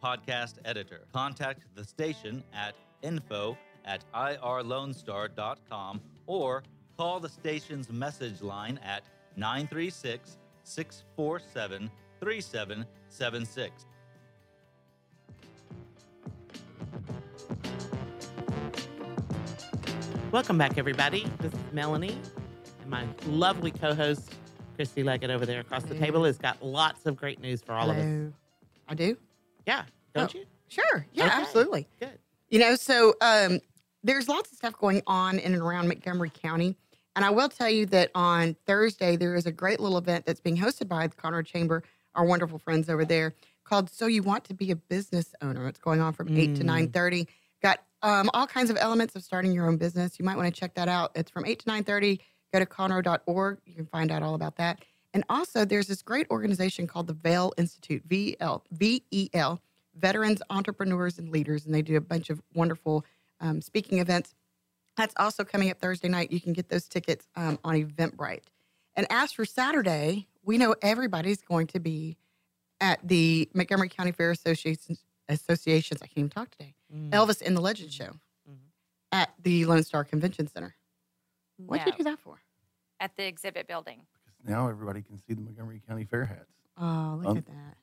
O: podcast editor. Contact the station at info at irlonestar.com or call the station's message line at 936 647 3776.
B: Welcome back, everybody. This is Melanie, and my lovely co-host Christy Leggett over there across the
C: Hello.
B: table has got lots of great news for all of us.
C: Hello. Oh. I do.
B: Yeah, don't you?
C: Sure. Yeah,
B: Okay.
C: absolutely.
B: Good.
C: You know, so um, there's lots of stuff going on in and around Montgomery County. And I will tell you that on Thursday, there is a great little event that's being hosted by the Conroe Chamber, our wonderful friends over there, called So You Want to Be a Business Owner. It's going on from 8 to
P: Mm.
C: 9.30. Got um, all kinds of elements of starting your own business. You might want to check that out. It's from 8 to 9.30. Go to conroe.org. You can find out all about that. And also, there's this great organization called the VEL Institute, V-L, V-E-L, E Veterans Entrepreneurs and Leaders, and they do a bunch of wonderful um, speaking events. That's also coming up Thursday night. You can get those tickets um, on Eventbrite. And as for Saturday, we know everybody's going to be at the Montgomery County Fair Association Associations. I can't even talk today. Mm.
F: Mm-hmm.
B: [laughs]
C: Elvis and the Legend Show at the Lone Star Convention Center. What'd you
F: No.
C: do that for?
F: at the exhibit building.
E: Now everybody can see the Montgomery County Fair hats.
C: Oh, look
E: Um,
C: at that.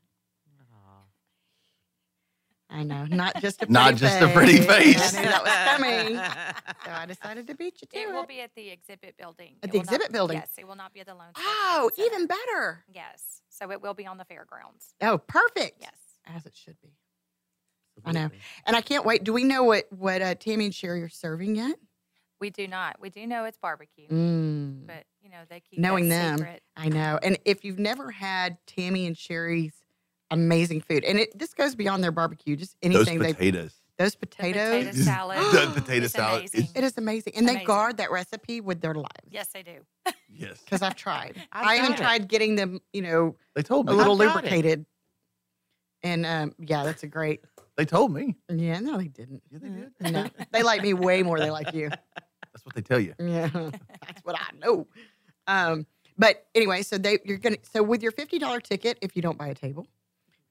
C: I know. Not [laughs] just a pretty
E: Not just a pretty face.
C: I knew that was coming. [laughs] so I decided to beat you to
F: It
C: it.
F: will be at the exhibit building.
C: At
F: It
C: the
F: will not-
C: exhibit building?
F: Yes, it will not be at the Lone Star.
C: Oh, even better.
F: Yes, so it will be on the fairgrounds.
C: Oh, perfect. Yes. As it should be. I know. And I can't wait. Do we know what what uh, Tammy and Sherry are serving yet?
F: We do not. We do know it's barbecue,
C: Mm.
F: but you know they keep that
C: Knowing them,
F: secret.
C: I know. And if you've never had Tammy and Sherry's amazing food, and it this goes beyond their barbecue, just
E: Those
C: anything they
E: potatoes.
C: those
E: [laughs]
C: potatoes,
E: Just the potato salad. is-
C: It is amazing, and they
F: Amazing.
C: guard that recipe with their lives.
F: Yes, [laughs] they do.
E: Yes.
C: because I've tried.
F: I've
C: I even
F: got it.
C: tried getting them, you know,
E: They told
C: a
E: me.
C: little
E: I've got it.
C: lubricated. And um, yeah, that's a great.
E: They told me.
C: Yeah, no, they didn't.
E: Yeah, they
C: did.
F: [laughs]
C: No, they like me way more. than They like you.
E: That's what they tell you.
C: Yeah, that's what I know. Um, but anyway, so they you're gonna so with your fifty dollar ticket, if you don't buy a table,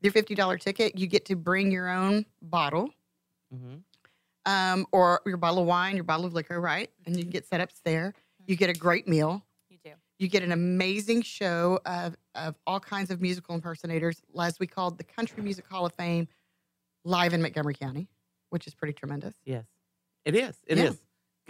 C: your fifty dollar ticket, you get to bring your own bottle,
B: Mm-hmm.
C: um, or your bottle of wine, your bottle of liquor, right? And you can get set ups there. You get a great meal.
F: You do.
C: You get an amazing show of of all kinds of musical impersonators, as we called the Country Music Hall of Fame, live in Montgomery County, which is pretty tremendous.
B: Yes, it is. It is
C: Yeah.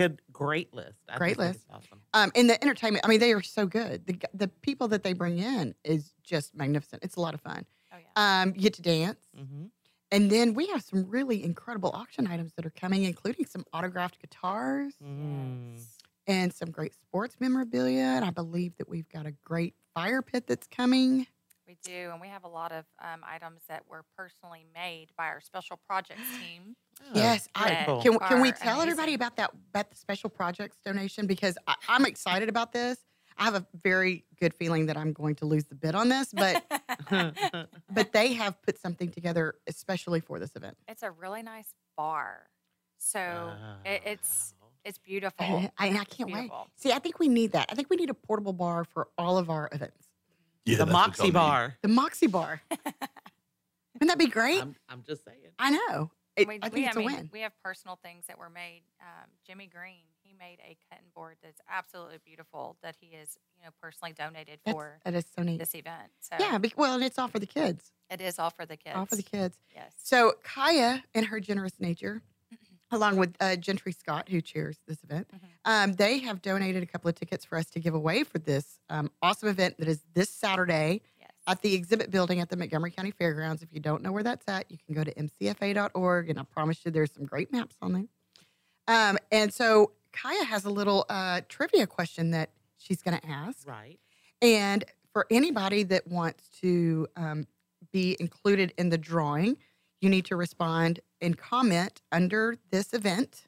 B: good. Great list. I
C: Great
B: just think it's
C: list.
B: Awesome.
C: Um, and the entertainment, I mean, they are so good. The, g- the people that they bring in is just magnificent. It's a lot of fun.
F: Oh,
C: yeah. Um, you get to dance.
B: Mm. Mm-hmm.
C: And then we have some really incredible auction items that are coming, including some autographed guitars
B: Mm.
C: Mm. and some great sports memorabilia. And I believe that we've got a great fire pit that's coming.
F: We do, and we have a lot of um, items that were personally made by our special projects team.
B: Mm-hmm.
C: yes, I,
F: that
C: can, can we
F: are
C: tell everybody
F: amazing.
C: about that about the special projects donation because I, I'm excited about this. I have a very good feeling that I'm going to lose the bid on this, [laughs] but [laughs] but they have put something together especially for this event.
F: [laughs] It's a really nice bar, so
B: [laughs]
F: it, it's it's beautiful.
C: Uh-huh. [laughs] I, I, I
F: It's
C: can't wait.
F: Oh, beautiful.
C: See, I think we need that. I think we need a portable bar for all of our events.
B: the Moxie Bar.
C: The Moxie
F: [laughs]
C: Bar. Wouldn't that be great? I'm,
B: I'm just saying.
C: I know. It-
F: we,
C: I think
F: we-
C: it's a
F: mean,
C: win.
F: We have personal things that were made. Um, Jimmy Green, he made a cutting board that's absolutely beautiful that he is, you know, personally donated
C: That's-
F: for
C: that is so neat.
F: this event. So
C: Yeah, be, well, and it's all for the kids.
F: it is all for the kids.
C: All for the kids.
F: Yes.
C: So Kaya and her generous
F: [clears throat]
C: nature, along with uh, Gentry Scott, who chairs this event,
F: Mm-hmm.
C: um, they have donated a couple of tickets for us to give away for this um, awesome event that is this Saturday at the exhibit building at the Montgomery County Fairgrounds. If you don't know where that's at, you can go to mcfa.org, and I promise you there's some great maps on there. Um, and so Kaya has a little uh, trivia question that she's going to ask.
B: Right.
C: And for anybody that wants to um, be included in the drawing, you need to respond and comment under this event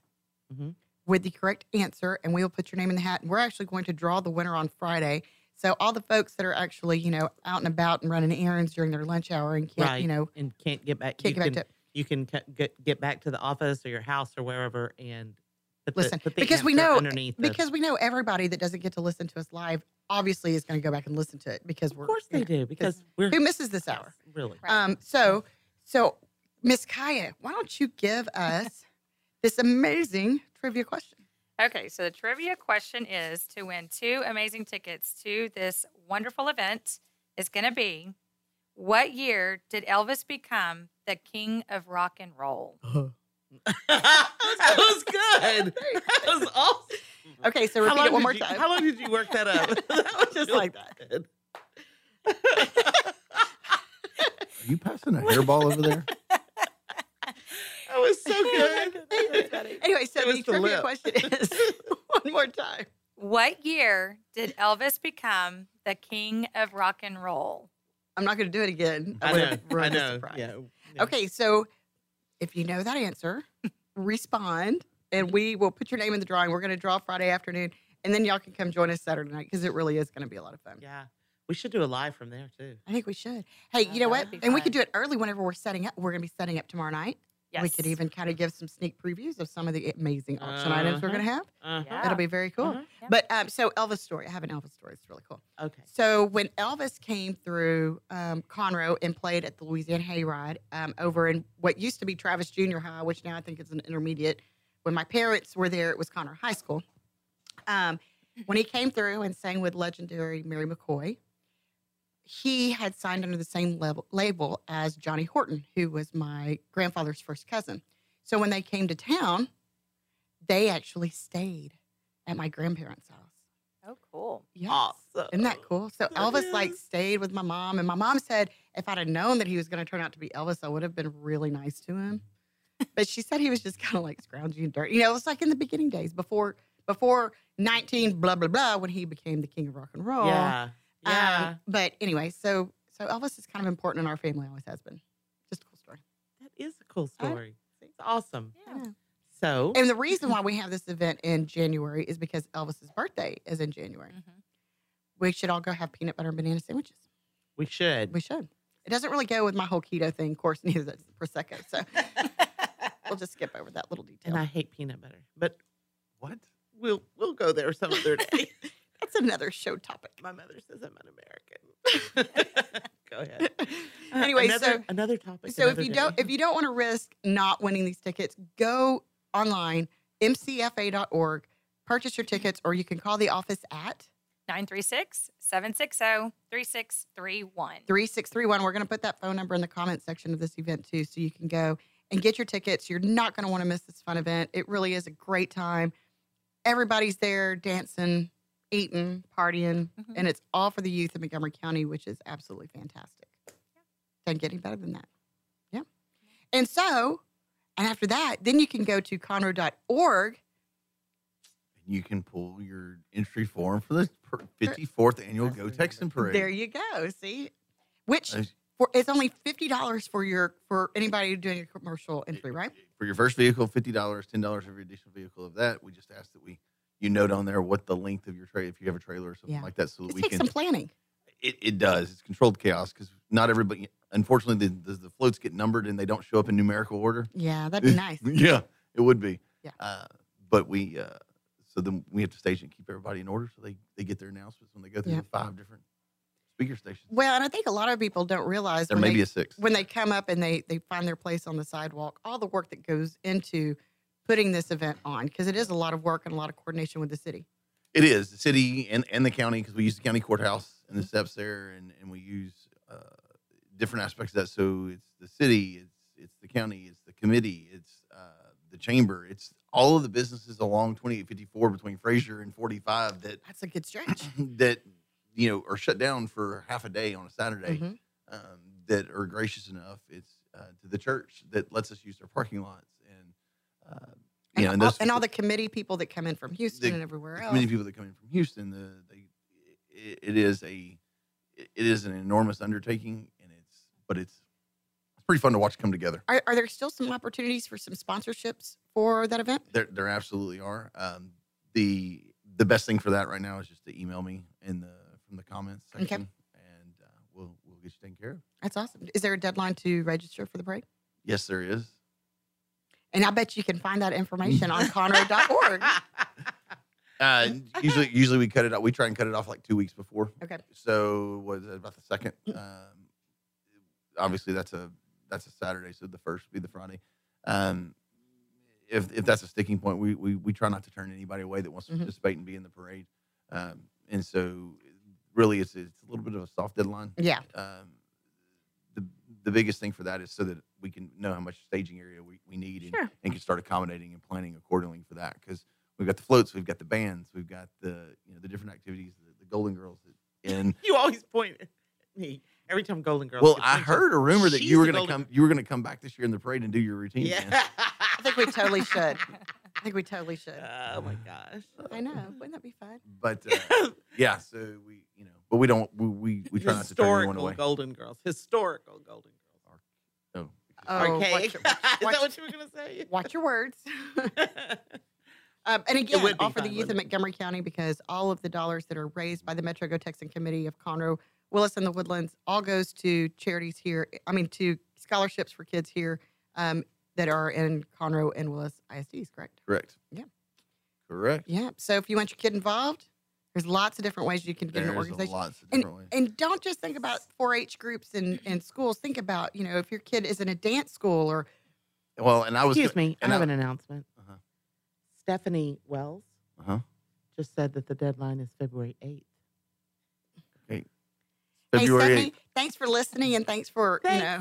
B: Mm-hmm.
C: with the correct answer, and we will put your name in the hat. And we're actually going to draw the winner on Friday. So all the folks that are actually, you know, out and about and running errands during their lunch hour and can't,
B: right.
C: you know,
B: and can't get back.
C: can't
B: you
C: get
B: can,
C: back
B: You can ca- get get back to the office or your house or wherever and put the-
C: listen
B: put the
C: because we
B: answer
C: know
B: underneath the-
C: because we know everybody that doesn't get to listen to us live obviously is going to go back and listen to it because we're of course
B: they do, because we're-
C: who misses this hour
B: really
C: um so so Miss Kaya why don't you give
B: [laughs]
C: us this amazing trivia question
F: Okay, so the trivia question is to win two amazing tickets to this wonderful event is going to be what year did Elvis become the king of rock and roll?
B: [laughs] that
C: [gasps]
B: was
C: [laughs]
B: good. That was awesome.
C: Okay, so
B: Mm-hmm. How
C: repeat
B: long
C: it one
B: did
C: more
B: you-
C: time.
B: How long did you work that up? [laughs]
C: [laughs]
B: that was just like that.
E: Are you passing a hairball over there?
B: That was
C: [laughs] Oh
B: so good.
C: anyway so
F: It was
C: the
F: the
C: trivia
F: lip.
C: question
B: [laughs]
C: is one more time
F: What year did Elvis become the king of rock and roll?
C: I'm not going to do it again
B: I
C: would
B: know. I
C: ruin the
B: know.
C: surprise.
B: Yeah.
C: Okay, so if you know
B: [laughs]
C: that answer, respond, and we will put your name in the drawing. We're going to draw Friday afternoon, and then y'all can come join us Saturday night because it really is going to be a lot of fun.
B: Yeah, we should do a live from there too.
C: I think we should. Hey, you know
B: that
C: what?
B: would be
C: And we could
B: fun.
C: do it early whenever we're setting up. We're going to be setting up tomorrow night. We could even kind of give some sneak previews of some of the amazing auction items we're going to
B: Uh-huh.
C: have.
B: Uh-huh.
C: That'll be very cool.
B: Uh-huh.
C: But um, so Elvis story. I have an Elvis story. It's really cool.
B: Okay.
C: So when Elvis came through um, Conroe and played at the Louisiana Hayride um, over in what used to be Travis Junior High, which now I think is an intermediate. When my parents were there, it was Conroe High School. Um, when he came through and sang with legendary Mary McCoy, he had signed under the same level, label as Johnny Horton, who was my grandfather's first cousin. So when they came to town, they actually stayed at my grandparents' house.
F: Oh, cool.
C: Yes. Isn't that cool? So Elvis like stayed with my mom, and my mom said if I'd have known that he was going to turn out to be Elvis, I would have been really nice to him. But she said he was just kind of like scroungy and dirty. You know, it was like in the beginning days before before nineteen blah blah blah when he became the king of rock and roll.
B: Yeah.
C: Um,
B: Yeah.
C: but anyway, so so Elvis is kind of important in our family. Always has been. Just a cool story.
B: That is a cool story. It's awesome. So
C: And the reason why we have this event in January is because Elvis's birthday is in January.
B: Mm.
F: Mm-hmm.
C: We should all go have peanut butter and banana sandwiches.
B: we should.
C: We should. It doesn't really go with my whole keto thing, of course, [laughs] neither does Prosecco.
B: [laughs]
C: So we'll just skip over that little detail.
B: And I hate peanut butter, but
E: [laughs] what?
B: We'll we'll go there some other
C: [laughs]
B: day.
C: That's another show topic.
B: My mother says I'm [laughs] Go ahead. [laughs] Uh,
C: [laughs] Anyway,
B: another,
C: so-
B: another topic.
C: So if
B: another
C: you
B: day.
C: don't if you don't want to risk not winning these tickets, go online, mcfa.org, purchase your tickets, or you can call the office at
F: 936 760 3631.
C: 3631. We're going to put that phone number in the comment section of this event too, so you can go and get your tickets. You're not going to want to miss this fun event. It really is a great time. Everybody's there dancing, eating, partying, and it's all for the youth of Montgomery County, which is absolutely fantastic. Doesn't get any better than that. Yeah. And so, and after that, then you can go to conroe.org.
E: You can pull your entry form for the per- 54th annual Go Texan Parade. Uh,
C: There you go. See, which
E: Nice.
C: for it's only fifty dollars for your for anybody doing a commercial entry, right?
E: for your first vehicle, fifty dollars, ten dollars every additional vehicle of that. We just ask that we you note on there what the length of your trailer, if you have a trailer or something
C: Yeah.
E: like that, so that
C: It
E: we
C: takes
E: can.
C: some planning.
E: it, it does. It's controlled chaos because not everybody. Unfortunately, the, the, the floats get numbered and they don't show up in numerical order.
C: Yeah, that'd
E: [laughs]
C: be nice.
E: yeah, it would be.
C: Yeah.
E: Uh, but we uh, so then we have to stage and keep everybody in order so they they get their announcements when they go through
C: Yeah.
E: the five different speaker stations.
C: Well, and I think a lot of people don't realize
E: There
C: when
E: may
C: they,
E: be a sixth.
C: when they come up and they they find their place on the sidewalk, all the work that goes into putting this event on because it is a lot of work and a lot of coordination with the city.
E: It is the city and, and the county because we use the county courthouse
C: Mm-hmm.
E: and the steps there, and, and we use uh, different aspects of that. So it's the city, it's it's the county, it's the committee, it's uh, the chamber, it's all of the businesses along 2854 between Fraser and 45 that [clears throat]
C: That's a good stretch.
E: that you know are shut down for half a day on a Saturday
C: Mhm.
E: um, that are gracious enough. It's uh, to the church that lets us use their parking lots and uh, you know
C: and,
E: and
C: all,
E: those
C: and all the committee people that come in from Houston
E: the-
C: and everywhere
E: the
C: else.
E: Committee people that come in from Houston, the they, it, it is a it is an enormous undertaking, and it's but it's it's pretty fun to watch come together.
C: Are, are there still some opportunities for some sponsorships for that event?
E: There, there absolutely are. Um, the the best thing for that right now is just to email me in the from the comments
C: Okay.
E: section, and uh, we'll we'll get you taken care of.
C: That's awesome. Is there a deadline to register for the parade?
E: Yes, there is.
C: And I bet you can find that
E: [laughs]
C: information on conroe.org.
E: Uh, usually, usually we cut it out. We try and cut it off like two weeks before.
C: Okay.
E: So was it about the second? Um, obviously, that's a that's a Saturday, so the first would be the Friday. Um, if if that's a sticking point, we we, we try not to turn anybody away that wants to
C: Mhm.
E: participate and be in the parade. Um, and so, really, it's it's a little bit of a soft deadline.
C: Yeah.
E: Um, the the biggest thing for that is so that we can know how much staging area we, we need and,
C: Sure.
E: and can start accommodating and planning accordingly for that because we've got the floats, we've got the bands, we've got the you know the different activities, the, the Golden Girls. That, and
B: [laughs] you always point at me every time Golden Girls.
E: well,
B: gets
E: I
B: mentioned.
E: heard a rumor that
B: She's
E: you were
B: the
E: gonna
B: Golden
E: come you were gonna come back this year in the parade and do your routine.
B: [laughs] Yeah.
E: dance.
C: I [laughs] think we totally should. I think we totally should.
B: Oh my gosh.
C: I know. Wouldn't that be fun?
E: But
B: [laughs]
E: uh, yeah, so we you know, but we don't we [laughs] we, we try not to turn anyone
B: Historical
E: away.
B: Golden Girls. Historical Golden Girls.
C: Oh, watch
B: Archaic.
C: your-
B: [laughs] Is that
C: watch-
B: what you were gonna say?
C: Watch your words. [laughs]
B: [laughs]
C: um, and again,
B: would be
C: all for the
B: fun,
C: youth of
B: wouldn't it?
C: Montgomery County because all of the dollars that are raised by the Metro Go Texan Committee of Conroe, Willis, and the Woodlands all goes to charities here. I mean, to scholarships for kids here um, that are in Conroe and Willis ISDs, correct?
E: Correct.
C: Yeah.
E: Correct.
C: Yeah. So if you want your kid involved, there's lots of different ways you can get an
E: There's
C: organization.
E: lots of
C: and,
E: different ways.
C: and don't just think about 4-H groups and, and schools. Think about, you know, if your kid is in a dance school or
E: Well, and I was
C: Excuse
E: go-
C: me, I
E: and
C: have
B: an announcement. Stephanie Wells
E: Uh-huh.
B: just said that the deadline is February 8th.
E: Okay.
C: hey,
E: February.
C: Stephanie, thanks for listening and thanks for you know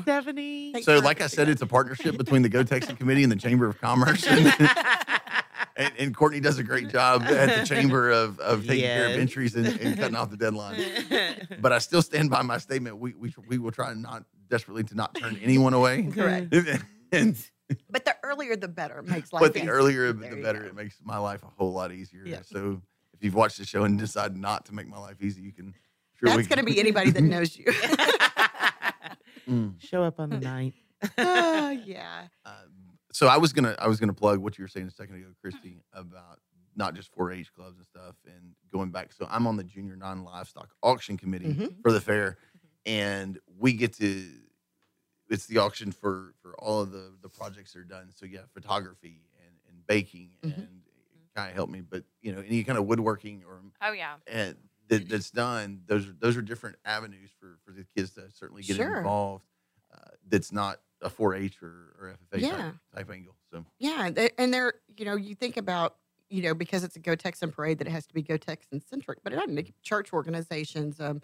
E: [laughs]
B: Stephanie.
E: so, like I said, it's a partnership between the Go
C: [laughs]
E: Texan Committee and the Chamber of Commerce. And, and, and Courtney does a great job at the Chamber of, of taking care
B: Yes.
E: of entries and, and cutting off the deadline.
B: [laughs]
E: [laughs] But I still stand by my statement. We, we, we will try not desperately to not turn anyone away. [laughs]
C: Correct.
E: and,
C: but the earlier the better makes life
E: but the
C: easier.
E: earlier,
C: There
E: the
C: you
E: better.
C: go.
E: It makes my life a whole lot easier.
C: Yeah.
E: So, if you've watched the show and decide not to make my life easy, you can.
C: That's going
E: [laughs]
C: to be anybody that knows you.
E: Mm.
B: Show up on the night.
C: [laughs] Oh, yeah.
E: so I was gonna I was gonna plug what you were saying a second ago, Christy, about not just 4-H clubs and stuff, and going back. So I'm on the junior non-livestock auction committee
C: Mm-hmm.
J: Mhm.
E: for the fair, and we get to it's the auction for for all of the the projects that are done. So yeah, photography and, and baking
C: Mm-hmm.
E: and kind of help me, but you know any kind of woodworking or
F: [laughs] Oh yeah.
E: and that, that's done. Those are those are different avenues for for the kids to certainly get
C: Sure.
E: involved. Uh, that's not a 4-H or, or FFA
C: Yeah.
E: type, type angle. So
C: Yeah, and they- and they're you know you think about you know because it's a Go Texan parade that it has to be Go Texan centric, but it doesn't. It could be Church organizations, um,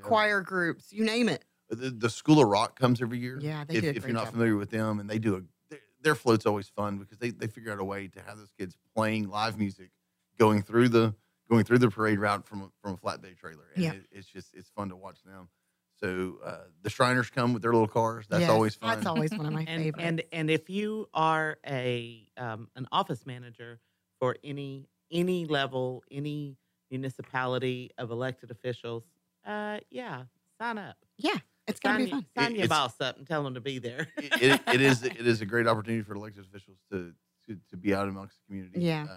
C: choir groups, you name it.
E: the, the School of Rock comes every year.
C: Yeah, they
E: if,
C: do a
E: if
C: great
E: you're not
C: job.
E: familiar with them, and they do a their- their float's always fun because they, they figure out a way to have those kids playing live music, going through the going through the parade route from a- from a flat day trailer. And
J: Yeah.
E: it, it's just it's fun to watch them. So uh, the Shriners come with their little cars. That's
B: Yes,
E: always fun.
C: [laughs]
B: and, And and if you are a um, an office manager for any any level, any municipality of elected officials, uh, yeah, sign up.
C: Yeah, it's
B: gonna
E: be
B: sign,
E: fun.
B: Sign
E: It-
B: your
E: it's-
B: boss up and tell them to be there.
E: it, it is
B: [laughs]
E: it is a great opportunity for elected officials to to, to be out amongst the community.
B: Yeah.
E: Um,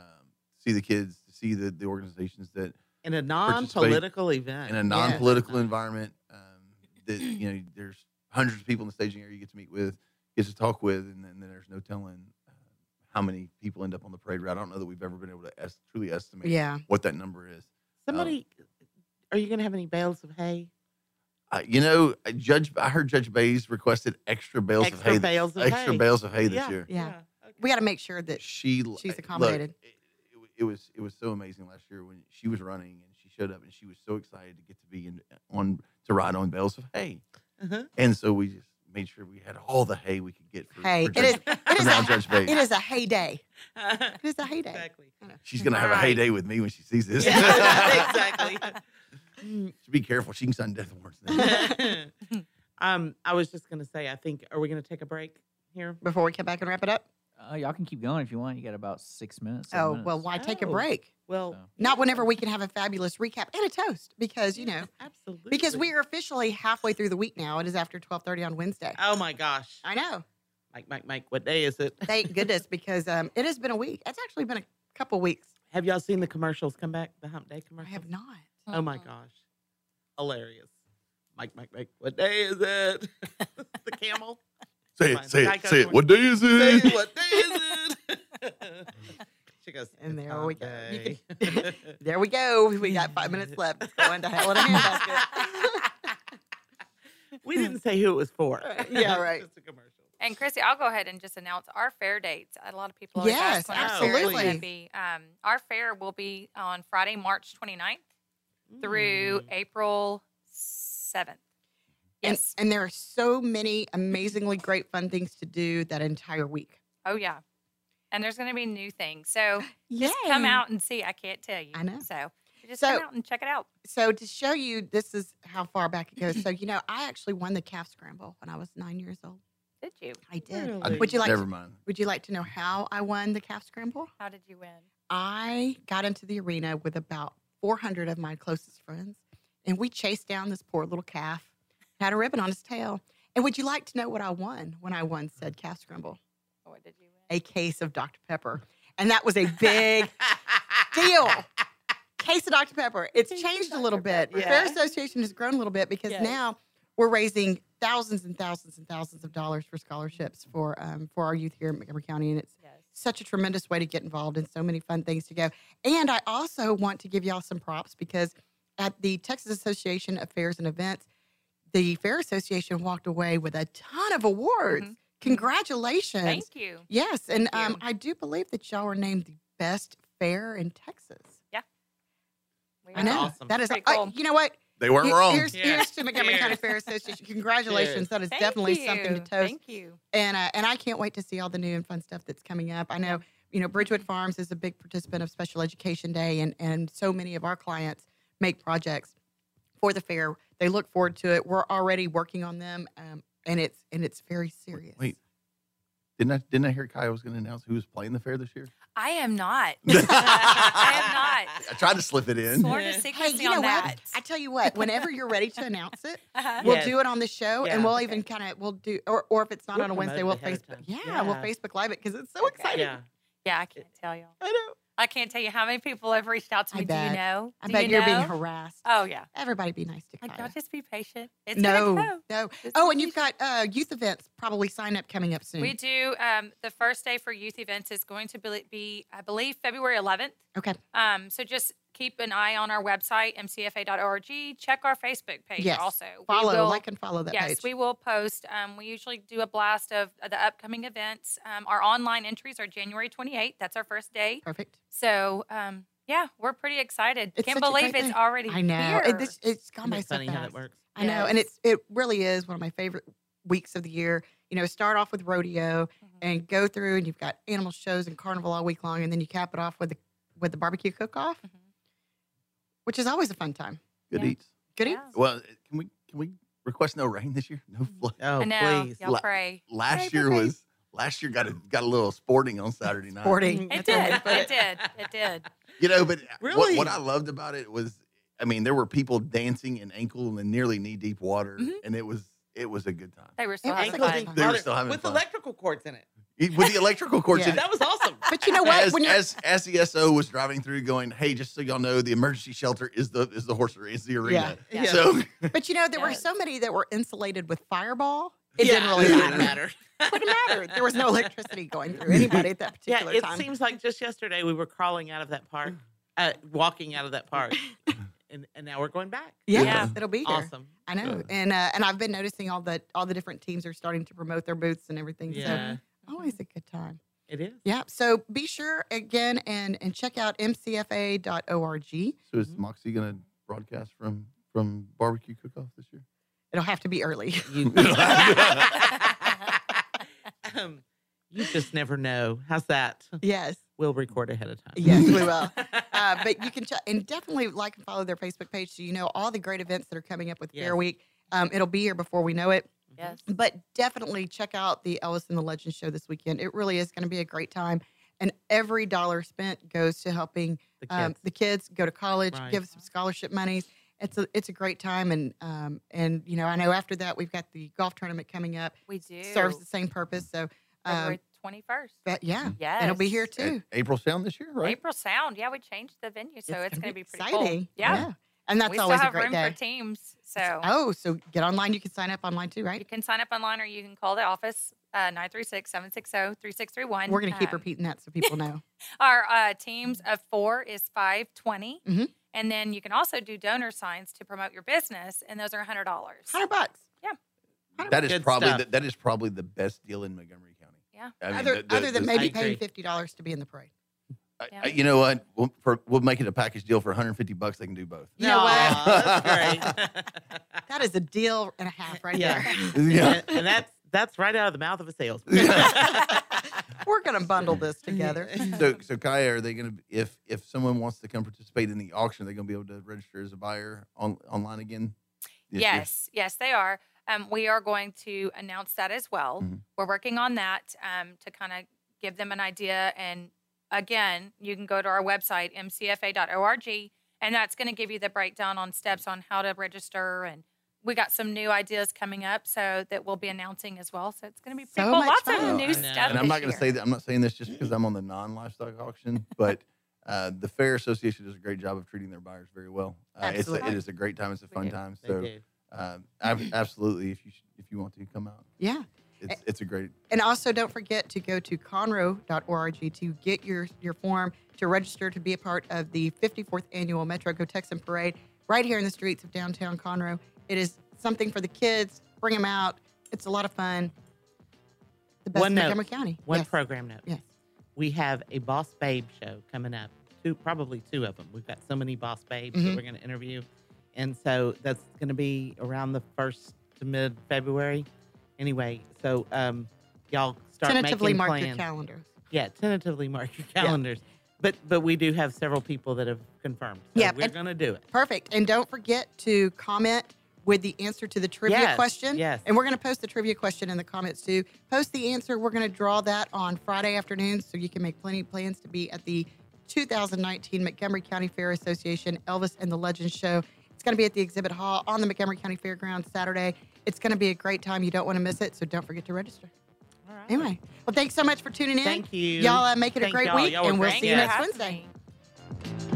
E: see the kids, to see the, the organizations that
B: In a
E: participate
B: non-political event.
E: in a
B: Yes.
E: non-political environment. Um,
B: [clears throat]
E: that you know, there's hundreds of people in the staging area you get to meet with, get to talk with, and then, then there's no telling uh, how many people end up on the parade route. I don't know that we've ever been able to es- truly estimate
B: Yeah.
E: what that number is.
B: Somebody, are you going to have any bales of hay?
E: Uh, you know, I- Judge, I heard Judge Bays requested extra bales of
B: Extra
E: hay, th-
B: bales of
E: extra
B: hay.
E: bales of hay this
B: Yeah,
E: year.
C: Yeah, we got to make sure that
E: she l-
C: she's
E: look,
C: accommodated.
E: it, it was it was so amazing last year when she was running and she showed up and she was so excited to get to be in on to ride on bales of hay,
B: Uh-huh.
E: and so we just made sure we had all the hay we could get. For,
C: Hey,
E: for
C: it is.
E: Judge- for
C: It is,
E: now
C: a,
E: Judge Bates.
C: it is a heyday. [laughs] It is a heyday. Exactly.
E: She's gonna have a heyday with me when she sees this. [laughs]
B: exactly. [laughs]
E: Be careful, she can sign death warrants. now.
C: [laughs]
B: um, I was just going to say, I think, are we going to take a break here?
C: Before we come back and wrap it up.
D: Uh, y'all can keep going if you want. You got about six minutes. seven
C: Oh well,
D: minutes.
C: why take a break?
B: Well,
C: not whenever we can have a fabulous recap and a toast because you know
B: absolutely
C: because we are officially halfway through the week now. It is after twelve thirty on Wednesday.
B: Oh my gosh.
C: I know.
B: Mike, Mike, Mike, what day is it?
C: Thank goodness because um, it has been a week. It's actually been a couple weeks.
B: Have y'all seen the commercials come back? The Hump Day commercials? I
C: have not.
B: Oh
C: Uh-huh.
B: my gosh. Hilarious. Mike, Mike, Mike, what day is it? [laughs] the camel?
E: Say
B: Fine.
E: it, say it, say
B: Geico
E: it.
B: commercial.
E: What day is
B: Say
E: it?
B: what day is it? [laughs] she goes,
C: And
B: "It's
C: there we
B: hump
C: go. You
B: day."
C: can- [laughs] there we go. We got five minutes left. It's going to hell in a handbasket.
B: [laughs] we didn't say who it was for. [laughs]
C: Yeah, right.
B: Just a commercial.
F: And Chrissy, I'll go ahead and just announce our fair dates. A lot of people always
C: Yes,
F: ask when Our fair is
C: absolutely.
F: gonna be. Um, our fair will be on Friday, March 29th
B: Mm.
F: through April 7th.
C: Yes. Mm. And, and there are so many amazingly great fun things to do that entire week.
F: Oh yeah. And there's going to be new things.
C: [sighs]
F: So just come
C: Yay.
F: out and see. I can't tell you. I know. So just come
C: So-
F: out and check it out.
C: So to show you, this is how far back it goes. So you know, I actually won the calf scramble when I was nine years old.
F: Did you?
C: I did.
E: I-
C: Would you like?
E: Never
C: to,
E: mind.
C: Would you like to know how I won the calf scramble?
F: How did you win?
C: I got into the arena with about 400 of my closest friends, and we chased down this poor little calf. Had a ribbon on his tail. And would you like to know what I won when I won said calf scramble?
F: What did you win?
C: A case of Dr. Pepper. And that was a
F: [laughs]
C: big deal. Case of Dr. Pepper. It's changed a little bit. The Fair
B: Yeah.
C: Association has grown a little bit because
B: Yes.
C: now we're raising thousands and thousands and thousands of dollars for scholarships for um, for our youth here in Montgomery County, and it's such a tremendous way to get involved and so many fun things to go. And I also want to give y'all some props because at the Texas Association of Fairs and Events, the Fair Association walked away with a ton of awards. Congratulations!
F: Thank you.
C: Yes, and um, I do believe that y'all were named the best fair in Texas.
F: Yeah.
C: I know
E: Awesome.
C: that is
F: Pretty
C: I-
F: cool.
C: you know what
E: They weren't
C: Here-
E: wrong.
C: Here's,
E: Yeah.
C: here's to Montgomery County
F: Cheers.
C: Fair
F: [laughs]
C: Association. Congratulations,
F: Cheers.
C: that is
F: Thank
C: definitely something to
F: you.
C: toast.
F: Thank you.
C: And uh, and I can't wait to see all the new and fun stuff that's coming up. I know you know Bridgewood Farms is a big participant of Special Education Day, and and so many of our clients make projects for the fair. They look forward to it. We're already working on them, um, and it's and it's very serious.
E: Wait, didn't I didn't I hear Kai was going to announce who was playing the fair this
C: [laughs]
E: year?
F: I am not. I am
E: [laughs] I tried to slip it in.
F: not. Sworn to secrecy
C: Hey, you know
F: on that.
C: what? I tell you what. Whenever you're ready
F: [laughs]
C: to announce it,
F: Uh-huh.
C: we'll
F: Yes.
C: do it on the show,
F: Yeah.
C: and we'll even kind of we'll do, or or if it's not
F: We'll
C: on a
F: promote
C: Wednesday,
F: it
C: we'll
F: ahead of
C: Facebook.
F: time.
C: Yeah, we'll
F: Yeah.
C: Facebook Live it because it's so exciting.
F: Yeah, I can't tell y'all.
C: I know.
F: I can't tell you how many people have reached out to
C: I
F: me. Do
C: bet.
F: you know?
C: I
F: Do
C: bet
F: you
C: are being
F: know?"
C: harassed.
F: Oh yeah.
C: Everybody be nice to
F: Like,
C: Kaya.
F: y'all just be patient. It's
C: no,
F: gonna go.
C: no. Oh, and you've got uh, youth events probably sign up coming up soon.
F: We do. Um, the first day for youth events is going to be, be I believe, February 11th.
C: Okay.
F: Um, so just keep an eye on our website, mcfa.org. Check our Facebook page
C: Yes.
F: also. We
C: Follow,
F: will-
C: like and follow that
F: yes,
C: page.
F: we will post. Um, we usually do a blast of the upcoming events. Um, our online entries are January 28th. That's our first day.
C: Perfect.
F: So, um, yeah, we're pretty excited.
C: It's
F: Can't
C: such a
F: believe
C: great
F: it's
C: thing.
F: already
C: I know.
F: here.
C: It, this, it's gone
B: Isn't
C: by
B: it
C: so
B: funny how that
C: fast.
B: works?
C: I know, and it's it really is one of my favorite weeks of the year. You know, start off with rodeo
F: Mm-hmm.
C: and go through, and you've got animal shows and carnival all week long, and then you cap it off with the with the barbecue cook off,
F: Mm-hmm.
C: which is always a fun time.
E: Good eats.
C: Good eats.
E: Well, eh, can we can we request no rain this year?
C: Mm-hmm.
E: No flood.
B: Oh,
F: I know. please. Y'all pray. Pray,
E: Last
F: pray,
E: year
F: pray.
E: was last year got a got a little sporting on Saturday night.
C: Sporting.
F: it did. It did. It did.
E: You know, but uh, what,
F: Really?
E: what I loved about it was, I mean, there were people dancing in ankle and nearly knee deep water,
C: Mm-hmm.
E: and it was it was a good time
F: They were
E: so having
B: [laughs] ankle
E: fun.
B: deep
E: They were
B: water
E: still having
B: with
E: fun.
B: electrical cords in it.
E: It- with the electrical cords. in
B: Yeah.
E: it.
B: That was awesome.
C: But you know what?
E: As,
C: when you're
E: as as the SO was driving through, going, "Hey, just so y'all know, the emergency shelter is the is the horse ar- is the arena."
C: Yeah.
E: [laughs]
C: Yeah.
E: So
C: But you know, there were so many that were insulated with fireball. It
B: [laughs]
C: didn't really matter. [laughs] Wouldn't matter. There was no electricity going through anybody at that
B: Yeah,
C: particular
B: it
C: time.
B: seems like just yesterday we were crawling out of that
C: [clears throat]
B: park, uh, walking out of that
C: [laughs]
B: park, and, and now we're going back.
C: yeah, it'll be here.
B: Awesome.
C: I know, and uh, and I've been noticing all the all the different teams are starting to promote their booths and everything.
B: Yeah.
C: So always a good time.
B: It
C: [laughs]
B: is.
C: Yeah. So be sure again and and check out mcfa.org.
E: So is Moxie gonna broadcast from from barbecue cook off this year?
C: It'll have to be early. [laughs]
B: [laughs] Um, you just never know. How's that?
C: Yes.
B: We'll record ahead of time.
C: Yes,
B: [laughs]
C: we will. Uh, but you can check and definitely like and follow their Facebook page so you know all the great events that are coming up with
B: Yes.
C: Fair Week. Um, it'll be here before we know it.
F: Yes.
C: But definitely check out the Ellis and the Legend show this weekend. It really is going to be a great time. And every dollar spent goes to helping
B: the kids,
C: um, the kids go to college,
B: Right.
C: give some scholarship monies. It's a it's a great time, and um, and you know I know after that we've got the golf tournament coming up.
F: We do.
C: serves the same purpose. So um,
F: February 21st.
C: but yeah, and it'll be here
F: Yes.
C: too.
E: April Sound this year, right?
F: April Sound. Yeah, we changed the venue, so it's, going to be, pretty
C: exciting.
F: Cool. Yeah.
C: Yeah. And that's
F: we
C: always a
F: still have
C: great
F: room
C: day.
F: for teams, so
C: Oh, so get online. You can sign up online too,
F: you
C: right?
F: can sign up online or you can call the office uh, oh, 936-760-3631.
C: We're going to keep
F: Um,
C: repeating that so people know.
F: Our uh, teams of four is 520
C: Mhm.
F: and then you can also do donor signs to promote your business, and those are $100.
C: Hundred bucks.
E: That is
B: Good
E: probably
B: stuff.
E: the, that is probably the best deal in Montgomery County.
F: Yeah.
E: I mean,
C: other
E: the- the-
C: other than
E: the-
C: maybe
E: I
C: paying
E: agree.
C: fifty dollars to be in the parade.
E: Uh, You know what? We'll, for, we'll make it a package deal for 150 bucks. They can do both.
C: You know what?
B: Aw, that's great.
C: [laughs] That is a deal and a half right
B: Yeah.
C: there. [laughs]
E: Yeah. [laughs]
B: and, and that's that's right out of the mouth of a salesman.
C: We're going to bundle this together.
E: so, so Kaya, are they going to if if someone wants to come participate in the auction, they're going to be able to register as a buyer on, online again? This year?
F: Yes, yes, they are. Um, we are going to announce that as well.
E: Mhm.
F: We're working on that um, to kind of give them an idea. And again, you can go to our website, mcfa.org, and that's going to give you the breakdown on steps on how to register. And we got some new ideas coming up, so that we'll be announcing as well. So it's going to be pretty
C: So
F: cool.
C: much
F: Lots
C: fun.
F: of new
E: I
F: stuff.
E: Oh, And I'm
F: this
E: not going to
F: year.
E: say that I'm not saying this just because I'm on the non-livestock auction, but uh, the Fair Association does a great job of treating their buyers very well. Uh, it's a,
C: Absolutely.
E: it is a great time. It's a fun time.
B: [laughs] They
E: So
B: do.
E: Um, ab- absolutely, if you sh- if you want to come out,
C: Yeah.
E: it's it's a great
C: And also, don't forget to go to conroe.org to get your, your form to register to be a part of the 54th annual Metro Go Texan Parade right here in the streets of downtown Conroe. It is something for the kids. Bring them out. It's a lot of fun. The best
B: one
C: in
B: note,
C: Montgomery County.
B: One
C: Yes.
B: program note.
C: Yes.
B: We have a Boss Babe show coming up. Two, probably two of them. We've got so many Boss Babes
C: Mhm.
B: that we're going to interview, and so that's going to be around the first to mid February. Anyway, so um, y'all start
C: Tentatively
B: making
C: mark
B: plans.
C: your calendars.
B: Yeah, tentatively mark your calendars. But but we do have several people that have confirmed. So
C: Yeah,
B: we're
C: and-
B: going to do it.
C: Perfect. And don't forget to comment with the answer to the trivia
B: Yes,
C: question.
B: yes.
C: And we're going to post the trivia question in the comments too. Post the answer. We're going to draw that on Friday afternoon so you can make plenty of plans to be at the 2019 Montgomery County Fair Association Elvis and the Legends Show. It's going to be at the exhibit hall on the Montgomery County Fairgrounds Saturday. It's going to be a great time. You don't want to miss it. So don't forget to register. All right. Anyway, well, thanks so much for tuning in.
B: Thank you.
C: Y'all uh, make it
B: Thank
C: a great
B: y'all.
C: week,
B: Y'all were
C: and we'll
B: great.
C: see you
B: Thanks
C: next
B: for
C: Wednesday.